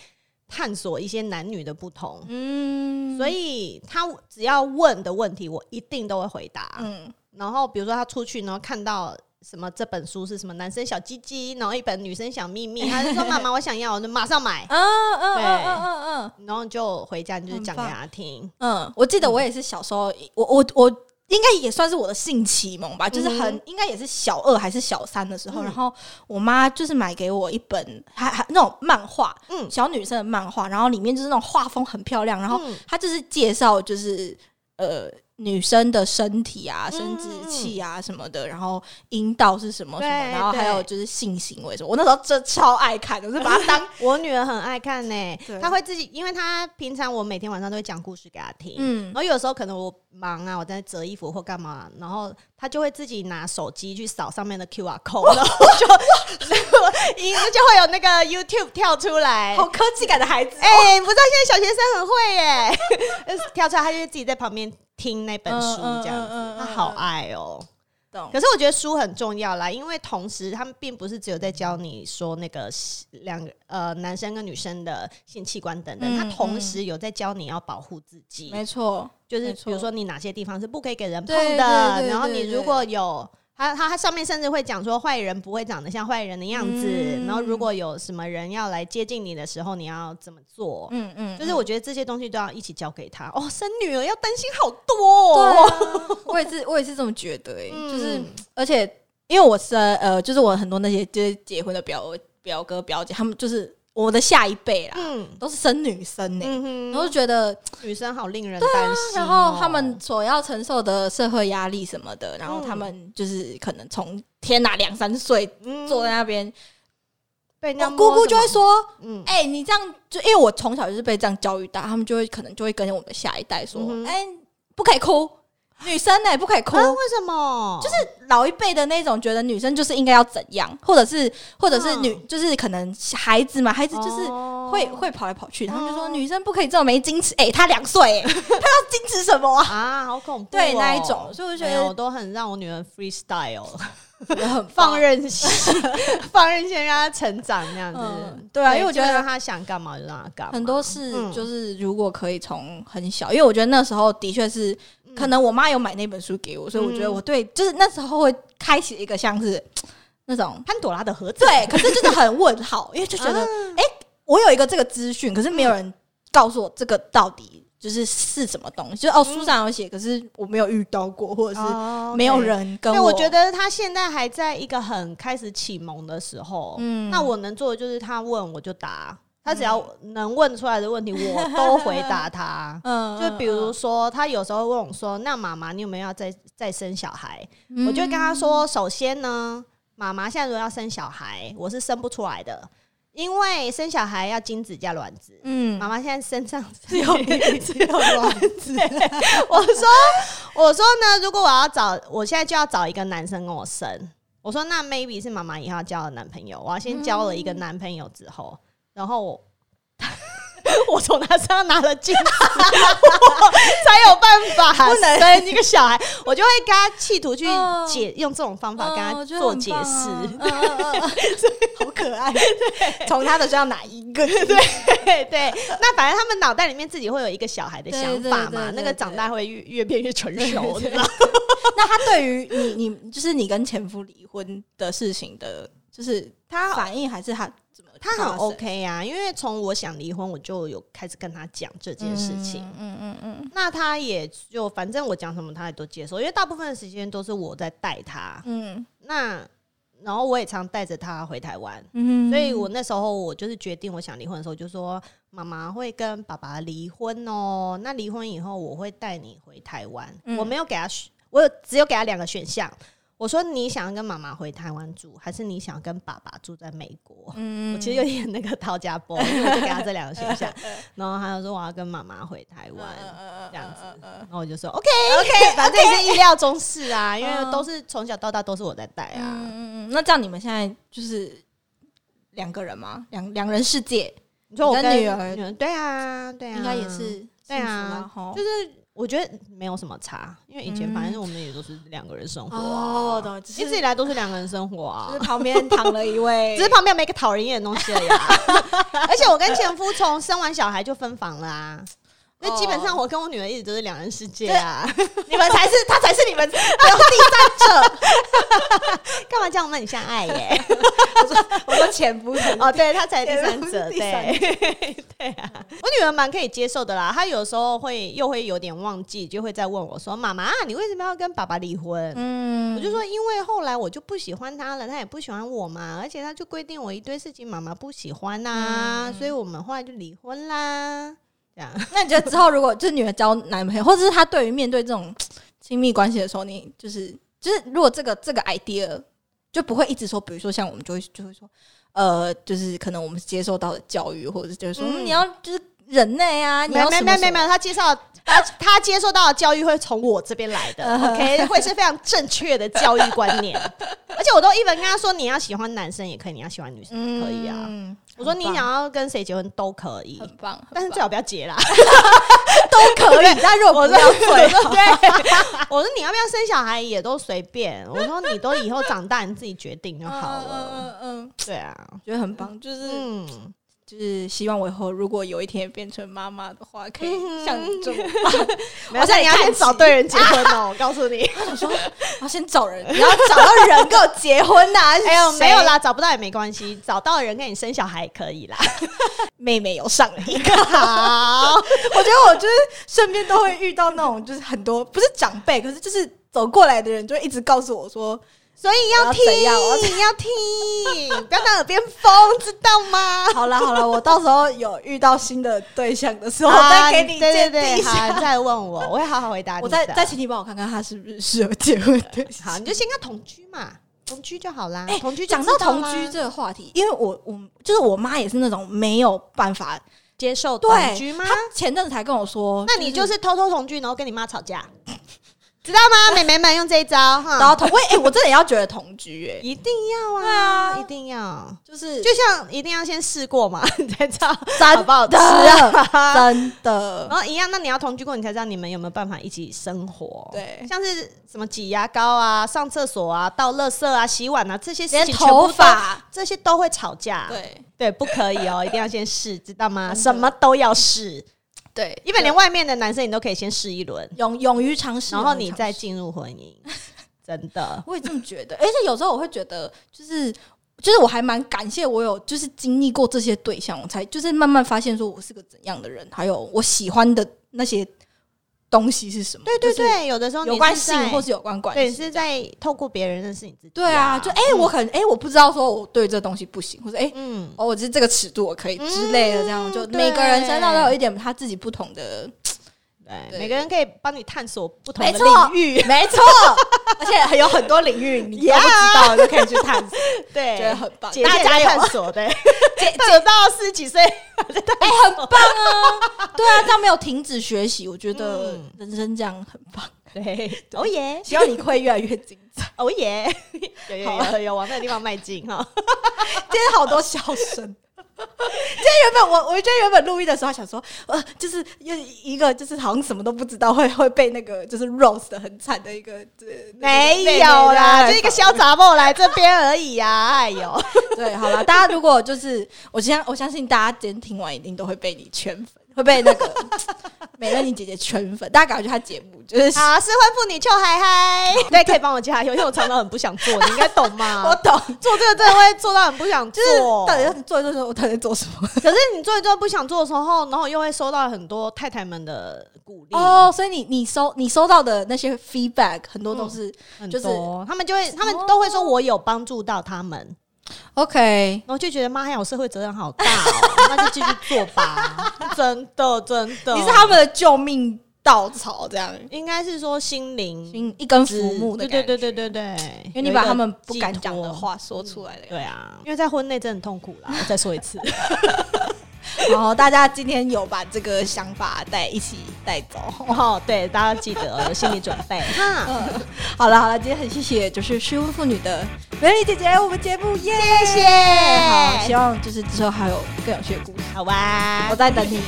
[SPEAKER 1] 探索一些男女的不同，
[SPEAKER 2] 嗯
[SPEAKER 1] 所以他只要问的问题，我一定都会回答。
[SPEAKER 2] 嗯
[SPEAKER 1] 然后比如说他出去，然后看到什么这本书是什么男生小鸡鸡，然后一本女生小秘密，他 就说妈妈我想要，我就马上买，
[SPEAKER 2] 嗯嗯
[SPEAKER 1] 对
[SPEAKER 2] 嗯嗯嗯
[SPEAKER 1] 然后就回家你就
[SPEAKER 2] 很
[SPEAKER 1] 讲给
[SPEAKER 2] 棒
[SPEAKER 1] 他听，
[SPEAKER 2] 嗯，我记得我也是小时候，我我我。应该也算是我的性启蒙吧，就是很、
[SPEAKER 1] 嗯
[SPEAKER 2] 应该也是小二还是小三的时
[SPEAKER 1] 嗯
[SPEAKER 2] 候，然后我妈就是买给我一本还还那种漫画，
[SPEAKER 1] 嗯
[SPEAKER 2] 小女生的漫画，然后里面就是那种画风很漂亮，然后
[SPEAKER 1] 嗯
[SPEAKER 2] 它就是介绍就是呃女生的身体啊、
[SPEAKER 1] 嗯
[SPEAKER 2] 生殖器啊什么的，然后阴道是什么什么，
[SPEAKER 1] 对
[SPEAKER 2] 然后还
[SPEAKER 1] 对
[SPEAKER 2] 有就是性行为什么。我那时候真的超爱看的，我是 把它当
[SPEAKER 1] 我女儿很爱看呢、
[SPEAKER 2] 对
[SPEAKER 1] 她会自己，因为她平常我每天晚上都会讲故事给她听，然
[SPEAKER 2] 嗯
[SPEAKER 1] 后有时候可能我忙啊，我在折衣服或干嘛，然后她就会自己拿手机去扫上面的 QR code，然 后就一就会有那个 YouTube 跳出来，
[SPEAKER 2] 好科技感的孩子。
[SPEAKER 1] 哎、不知道现在小学生很会耶、 跳出来，他就会自己在旁边听那本书，
[SPEAKER 2] 嗯嗯
[SPEAKER 1] 这样
[SPEAKER 2] 嗯嗯
[SPEAKER 1] 子
[SPEAKER 2] 嗯，
[SPEAKER 1] 他好爱哦、
[SPEAKER 2] 懂
[SPEAKER 1] 可是我觉得书很重要啦，因为同时他们并不是只有在教你说那个是两个呃男生跟女生的性器官等等，
[SPEAKER 2] 嗯
[SPEAKER 1] 他同时有在教你要保护自己，
[SPEAKER 2] 没错，
[SPEAKER 1] 就是
[SPEAKER 2] 没
[SPEAKER 1] 比
[SPEAKER 2] 错
[SPEAKER 1] 如说你哪些地方是不可以给人碰
[SPEAKER 2] 对对对
[SPEAKER 1] 的，
[SPEAKER 2] 对
[SPEAKER 1] 然后你
[SPEAKER 2] 对
[SPEAKER 1] 如果有。他他他上面甚至会讲说，坏人不会长得像坏人的样子。
[SPEAKER 2] 嗯
[SPEAKER 1] 然后如果有什么人要来接近你的时候，你要怎么做？
[SPEAKER 2] 嗯嗯，
[SPEAKER 1] 就是
[SPEAKER 2] 嗯
[SPEAKER 1] 我觉得这些东西都要一起交给他。哦，生女儿要担心好多、
[SPEAKER 2] 对
[SPEAKER 1] 哦。
[SPEAKER 2] 啊， 我也是，我也是这么觉得、欸，
[SPEAKER 1] 嗯
[SPEAKER 2] 就是而且因为我是呃，就是我很多那些就是结婚的表表哥表姐，他们就是我的下一辈啦，
[SPEAKER 1] 嗯
[SPEAKER 2] 都是生女生呢、
[SPEAKER 1] 嗯
[SPEAKER 2] 然后
[SPEAKER 1] 哼，
[SPEAKER 2] 就觉得，
[SPEAKER 1] 女生好令人担心哦、
[SPEAKER 2] 啊然后他们所要承受的社会压力什么的，然后他们就是可能从天哪两三岁
[SPEAKER 1] 嗯
[SPEAKER 2] 坐在那边，
[SPEAKER 1] 被人家
[SPEAKER 2] 我姑姑就会
[SPEAKER 1] 摸什么，
[SPEAKER 2] 说
[SPEAKER 1] 嗯，
[SPEAKER 2] 哎、你这样就因为我从小就是被这样教育大，他们就会可能就会跟我们的下一代说
[SPEAKER 1] 嗯，哼
[SPEAKER 2] 哎、不可以哭，女生呢、不可以哭。
[SPEAKER 1] 啊，为什么？就是
[SPEAKER 2] 老一辈的那种觉得女生就是应该要怎样，或者是或者是
[SPEAKER 1] 嗯
[SPEAKER 2] 女、就是可能孩子嘛，孩子就是
[SPEAKER 1] 哦
[SPEAKER 2] 会、会跑来跑去，他们就说女生不可以这么没矜持。哎、她两岁，哎，她要矜持什 么啊？
[SPEAKER 1] 啊，好恐怖哦、
[SPEAKER 2] 对那一种所以我就觉得
[SPEAKER 1] 没有我都很让我女儿 freestyle，
[SPEAKER 2] 我很
[SPEAKER 1] 放。任 性，放任性让她成长那样子。
[SPEAKER 2] 嗯对啊因为我觉得
[SPEAKER 1] 就是她想干嘛就让她干嘛，
[SPEAKER 2] 很多事
[SPEAKER 1] 嗯
[SPEAKER 2] 就是，如果可以从很小，因为我觉得那时候的确是，
[SPEAKER 1] 嗯
[SPEAKER 2] 可能我妈有买那本书给我，所以我觉得我对就是那时候会开启一个像是那种
[SPEAKER 1] 潘朵拉的盒子，
[SPEAKER 2] 对，可是就是很问号，因为就觉
[SPEAKER 1] 啊
[SPEAKER 2] 得，哎、我有一个这个资讯，可是没有人告诉我这个到底就是是什么东西，就是哦，书上有写，可是我没有遇到过，或者是
[SPEAKER 1] 哦
[SPEAKER 2] 没有。
[SPEAKER 1] OK
[SPEAKER 2] 人跟
[SPEAKER 1] 对，
[SPEAKER 2] 我。
[SPEAKER 1] 我觉，得她现在还在一个很开始启蒙的时候，
[SPEAKER 2] 嗯。
[SPEAKER 1] 那我能做的就是她问我就答，她只要能问出来的问题我都回答她
[SPEAKER 2] 嗯
[SPEAKER 1] 就比如，说，她有时候问我说：“那妈妈，你有没有要再再生小孩？”
[SPEAKER 2] 嗯
[SPEAKER 1] 我就会跟他，说，首先呢，妈妈现在如果要生小孩，我是生不出来的，因为生小孩要精子加卵子。
[SPEAKER 2] 嗯
[SPEAKER 1] 妈妈现在身上
[SPEAKER 2] 只有只有卵子，
[SPEAKER 1] 我说我说呢，如果我要找，我现在就要找一个男生跟我生。我说那 maybe 是妈妈以后要交的男朋友，我要先交了一个男朋友之后，然后我 我从他身上拿了精子，我才有办法
[SPEAKER 2] 不能
[SPEAKER 1] 生一个小孩。我就会跟他企图去
[SPEAKER 2] 哦
[SPEAKER 1] 解，用这种方法跟
[SPEAKER 2] 嗯
[SPEAKER 1] 他
[SPEAKER 2] 我觉得
[SPEAKER 1] 做
[SPEAKER 2] 很
[SPEAKER 1] 解
[SPEAKER 2] 棒
[SPEAKER 1] 释。
[SPEAKER 2] 啊嗯嗯嗯嗯 好可爱。从他的身上哪一个？对，
[SPEAKER 1] 对对，那反正他们脑袋里面自己会有一个小孩的想法嘛，
[SPEAKER 2] 对对对对对
[SPEAKER 1] 那个长大会越越变越成熟，你知 道吗？
[SPEAKER 2] 那他对于你， 你就是你跟前夫离婚的事情的，就是他反应还是他怎么发
[SPEAKER 1] 他
[SPEAKER 2] 生？
[SPEAKER 1] 很 OK 啊，因为从我想离婚，我就有开始跟他讲这件事情。
[SPEAKER 2] 嗯嗯嗯
[SPEAKER 1] 那他也就反正我讲什么他也都接受，因为大部分的时间都是我在带他。
[SPEAKER 2] 嗯
[SPEAKER 1] 那然后我也常带着他回台湾，
[SPEAKER 2] 嗯
[SPEAKER 1] 所以我那时候我就是决定我想离婚的时候，就说妈妈会跟爸爸离婚哦。那离婚以后，我会带你回台湾。
[SPEAKER 2] 嗯
[SPEAKER 1] 我没有给他选，我有只有给他两个选项。我说你想要跟妈妈回台湾住，还是你想要跟爸爸住在美国？
[SPEAKER 2] 嗯
[SPEAKER 1] 我其实有点那个陶家波，因为我就给他这两个选 项。然后他就说我要跟妈妈回台湾。
[SPEAKER 2] 嗯
[SPEAKER 1] 这样子然后我就说 OK 嗯 OK，反正也是意料中事啊，因为
[SPEAKER 2] 嗯
[SPEAKER 1] 都是从小到大都是我在带
[SPEAKER 2] 嗯
[SPEAKER 1] 啊。
[SPEAKER 2] 嗯嗯，那这样你们现在就是两个人吗？两两人世界
[SPEAKER 1] 你说我
[SPEAKER 2] 你
[SPEAKER 1] 跟
[SPEAKER 2] 跟女儿
[SPEAKER 1] 对啊，对啊，
[SPEAKER 2] 应该也是
[SPEAKER 1] 对啊
[SPEAKER 2] 哈
[SPEAKER 1] 就。是我觉得没有什么差，因为以前
[SPEAKER 2] 嗯
[SPEAKER 1] 反正我们也都是两个人生活、啊，
[SPEAKER 2] 哦，懂，只
[SPEAKER 1] 一直以来都是两个人生活啊
[SPEAKER 2] 就，旁边躺了一位
[SPEAKER 1] 只是旁边没个讨人厌的东西而已、啊。而且我跟前夫从生完小孩就分房了啊。所以基本
[SPEAKER 2] 哦
[SPEAKER 1] 上，我跟我女儿一直都是两人世界 啊！
[SPEAKER 2] 你们才是他才是你们，
[SPEAKER 1] 干嘛这样？我们很相爱耶！
[SPEAKER 2] 我说前夫才是
[SPEAKER 1] 哦，对，她才第
[SPEAKER 2] 前
[SPEAKER 1] 三
[SPEAKER 2] 夫是
[SPEAKER 1] 者，
[SPEAKER 2] 第三
[SPEAKER 1] 对对啊。我女儿蛮可以接受的啦，她有时候会又会有点忘记，就会再问我说：“妈妈，啊你为什么要跟爸爸离婚？”
[SPEAKER 2] 嗯
[SPEAKER 1] 我就说，因为后来我就不喜欢他了，他也不喜欢我嘛，而且他就规定我一堆事情，妈妈不喜欢呐、所以我们后来就离婚啦。这样，
[SPEAKER 2] 那你觉得之后如果就是女儿交男朋友，或者是她对于面对这种亲密关系的时候，你就是就是如果这个这个 idea 就不会一直说，比如说像我们就会就会说，呃，就是可能我们接受到的教育，或者是就是说、
[SPEAKER 1] 嗯
[SPEAKER 2] 嗯你要就是人类啊，你
[SPEAKER 1] 没
[SPEAKER 2] 要
[SPEAKER 1] 有没有
[SPEAKER 2] 什
[SPEAKER 1] 没
[SPEAKER 2] 么
[SPEAKER 1] 有没
[SPEAKER 2] 什么
[SPEAKER 1] 有没有，他接受到他他接受到的教育会从我这边来 的，OK，会是非常正确的教育观念。而且我都一文跟他说，你要喜欢男生也可以，你要喜欢女生也可以啊。
[SPEAKER 2] 嗯
[SPEAKER 1] 我说你想
[SPEAKER 2] 很棒
[SPEAKER 1] 要跟谁结婚都可以，
[SPEAKER 2] 很棒，
[SPEAKER 1] 但是最
[SPEAKER 2] 样
[SPEAKER 1] 好不要结 啦。
[SPEAKER 2] 都可 以。但如果
[SPEAKER 1] 我
[SPEAKER 2] 不
[SPEAKER 1] 说
[SPEAKER 2] 要
[SPEAKER 1] 我
[SPEAKER 2] 对，
[SPEAKER 1] 说对，我说你要不要生小孩也都随便。我说你都以后长大你自己决定就好了。
[SPEAKER 2] 嗯嗯，嗯
[SPEAKER 1] 对啊，
[SPEAKER 2] 觉得很棒，就是、
[SPEAKER 1] 嗯，
[SPEAKER 2] 就是希望我以后如果有一天变成妈妈的话，可以
[SPEAKER 1] 嗯
[SPEAKER 2] 像你这么
[SPEAKER 1] 没有，像你要先找对人结婚哦。我告诉你，
[SPEAKER 2] 我说要先找人， 你要找到人跟我结婚呐、
[SPEAKER 1] 哎呦，
[SPEAKER 2] 谁
[SPEAKER 1] 没有，啦，找不到也没关系，找到人跟你生小孩也可以啦。
[SPEAKER 2] 妹妹有上了一个。
[SPEAKER 1] 好，
[SPEAKER 2] 我觉得我就是身边都会遇到那种，就是很多不是长辈，可是就是走过来的人，就会一直告诉我说。
[SPEAKER 1] 所以要
[SPEAKER 2] 我要怎样我要
[SPEAKER 1] 听，要听， 不要当耳边风，知道吗？
[SPEAKER 2] 好了好了，我到时候有遇到新的对象的 时候，
[SPEAKER 1] 好，
[SPEAKER 2] 再给你
[SPEAKER 1] 啊对对
[SPEAKER 2] 鉴定
[SPEAKER 1] 对，
[SPEAKER 2] 一下。
[SPEAKER 1] 好，再问我，我会好好回答你的。
[SPEAKER 2] 我再再请你帮我看看他是不是适合结婚 对象。
[SPEAKER 1] 好，你就先跟他同居嘛，同居就好啦。
[SPEAKER 2] 哎
[SPEAKER 1] 啊同居就
[SPEAKER 2] 讲到
[SPEAKER 1] 知道
[SPEAKER 2] 同
[SPEAKER 1] 啦
[SPEAKER 2] 居这个话题，因为我我就是我妈也是那种没有办法
[SPEAKER 1] 接受同
[SPEAKER 2] 对
[SPEAKER 1] 居吗
[SPEAKER 2] 她？前阵子才跟我说，
[SPEAKER 1] 那你就是偷偷同居，然后跟你妈吵架，知道吗？妹妹们用这一招哈，
[SPEAKER 2] 然后同我也哎，我真的也要觉得同居哎，
[SPEAKER 1] 一定要
[SPEAKER 2] 对
[SPEAKER 1] 啊，
[SPEAKER 2] 啊
[SPEAKER 1] 一定要，
[SPEAKER 2] 就是
[SPEAKER 1] 就像一定要先试过嘛， 你才知道
[SPEAKER 2] 真
[SPEAKER 1] 好不好吃
[SPEAKER 2] 的
[SPEAKER 1] 啊。
[SPEAKER 2] 真的
[SPEAKER 1] 然后一样，那你要同居过，你才知道你们有没有办法一起生活。
[SPEAKER 2] 对
[SPEAKER 1] 像是什么挤牙膏啊、上厕所啊、倒垃圾啊、洗碗啊这些事
[SPEAKER 2] 连
[SPEAKER 1] 情，
[SPEAKER 2] 头发
[SPEAKER 1] 这些都会吵架。
[SPEAKER 2] 对
[SPEAKER 1] 对，不可以哦，一定要先试，知道吗？
[SPEAKER 2] 真的
[SPEAKER 1] 什么都要试，
[SPEAKER 2] 对，
[SPEAKER 1] 因为连外面的男生你都可以先试一轮，
[SPEAKER 2] 勇勇于尝试，
[SPEAKER 1] 然后
[SPEAKER 2] 勇于
[SPEAKER 1] 你
[SPEAKER 2] 尝
[SPEAKER 1] 再
[SPEAKER 2] 试
[SPEAKER 1] 进入婚姻， 真的。
[SPEAKER 2] 我也这么觉得，而且有时候我会觉得，就是就是我还蛮感谢我有就是经历过这些对象，我才就是慢慢发现说我是个怎样的人，还有我喜欢的那些东西是什么。
[SPEAKER 1] 对对
[SPEAKER 2] 就是
[SPEAKER 1] 对，有的时候你
[SPEAKER 2] 有关
[SPEAKER 1] 是
[SPEAKER 2] 性
[SPEAKER 1] 在
[SPEAKER 2] 或是有关关
[SPEAKER 1] 对，你
[SPEAKER 2] 系。
[SPEAKER 1] 是在透过别人认识你自己。
[SPEAKER 2] 对啊，就哎、我很哎、我不知道说我对这东西不行，或者哎、
[SPEAKER 1] 嗯，
[SPEAKER 2] 哦，我这这个尺度我可以之类的，这样、就
[SPEAKER 1] 对
[SPEAKER 2] 每个人身上都有一点他自己不同的，
[SPEAKER 1] 对，
[SPEAKER 2] 对
[SPEAKER 1] 每个人可以帮你探索不同的
[SPEAKER 2] 没错
[SPEAKER 1] 领域，
[SPEAKER 2] 没错，而且还有很多领 域你都不知道，就可以去探索，
[SPEAKER 1] 对，
[SPEAKER 2] 觉得很棒，
[SPEAKER 1] 姐
[SPEAKER 2] 大
[SPEAKER 1] 姐
[SPEAKER 2] 家
[SPEAKER 1] 在
[SPEAKER 2] 有
[SPEAKER 1] 探索 对，走到四十几岁，
[SPEAKER 2] 哎、很棒啊！对啊，这样没有停止学习，我觉得
[SPEAKER 1] 嗯
[SPEAKER 2] 人生这样很棒。
[SPEAKER 1] 对，哦耶，
[SPEAKER 2] 希望你会越来越精彩。
[SPEAKER 1] 哦耶， 有有
[SPEAKER 2] 好
[SPEAKER 1] 有有往那个地方迈进哈。
[SPEAKER 2] 今天好多笑声。今 天原本我，我觉得原本录音的时候还想说，呃，就是又一个就是好像什么都不知道，会会被那个就是 roast 的很惨的一个，对
[SPEAKER 1] 没有啦，就一个。
[SPEAKER 2] 那个妹妹在那边
[SPEAKER 1] 小杂货来这边而已呀、哎 呦，
[SPEAKER 2] 对，好了，大家如果就是我相我相信大家今天听完一定都会被你圈粉，会被那 个美乐妮姐姐圈粉。大家赶快去她节目，就是
[SPEAKER 1] 啊，失婚妇女邱海嗨，对，可以帮我加油，因为我常常很不想做，你应该懂 吗？
[SPEAKER 2] 我懂，
[SPEAKER 1] 做这个真的会做到很不想
[SPEAKER 2] 就是
[SPEAKER 1] 做，
[SPEAKER 2] 到底要做一做的时候，我到底在做什么？
[SPEAKER 1] 可是你做一做不想做的时候，然后又会收到很多太太们的鼓励，
[SPEAKER 2] 哦，所以你你收你收到的那些 feedback 很多都是、
[SPEAKER 1] 很
[SPEAKER 2] 就是
[SPEAKER 1] 多，哦他们就会，他们都会说我有帮助到他们，
[SPEAKER 2] OK，
[SPEAKER 1] 然后就觉得妈呀，我社会责任好大 哦，那就继续做吧，真的真的，
[SPEAKER 2] 你是他们的救命稻草，这样
[SPEAKER 1] 应该是说心灵
[SPEAKER 2] 心嗯一根浮木的
[SPEAKER 1] 对
[SPEAKER 2] 感觉
[SPEAKER 1] 对对对对对，
[SPEAKER 2] 因为你把他们不敢
[SPEAKER 1] 有一个
[SPEAKER 2] 讲的
[SPEAKER 1] 寄托。
[SPEAKER 2] 话说出来了。
[SPEAKER 1] 对啊，因为在婚内真的很痛苦啦。我再说一次，
[SPEAKER 2] 然后大家今天有把这个想法带一起带走。
[SPEAKER 1] 哦，对，大家记得有心理准备哈。
[SPEAKER 2] 嗯， 好了好了，今天很谢谢就是失婚妇女的美丽姐姐，我们节目耶
[SPEAKER 1] 谢谢，
[SPEAKER 2] 好，希望就是之后还有更有趣的故事，
[SPEAKER 1] 好吧
[SPEAKER 2] 我，在 等你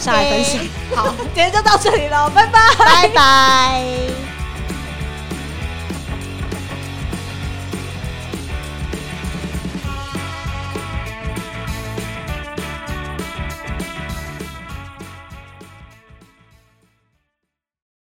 [SPEAKER 2] 上来分享。好，今天就到这里了，拜拜。
[SPEAKER 1] 拜拜。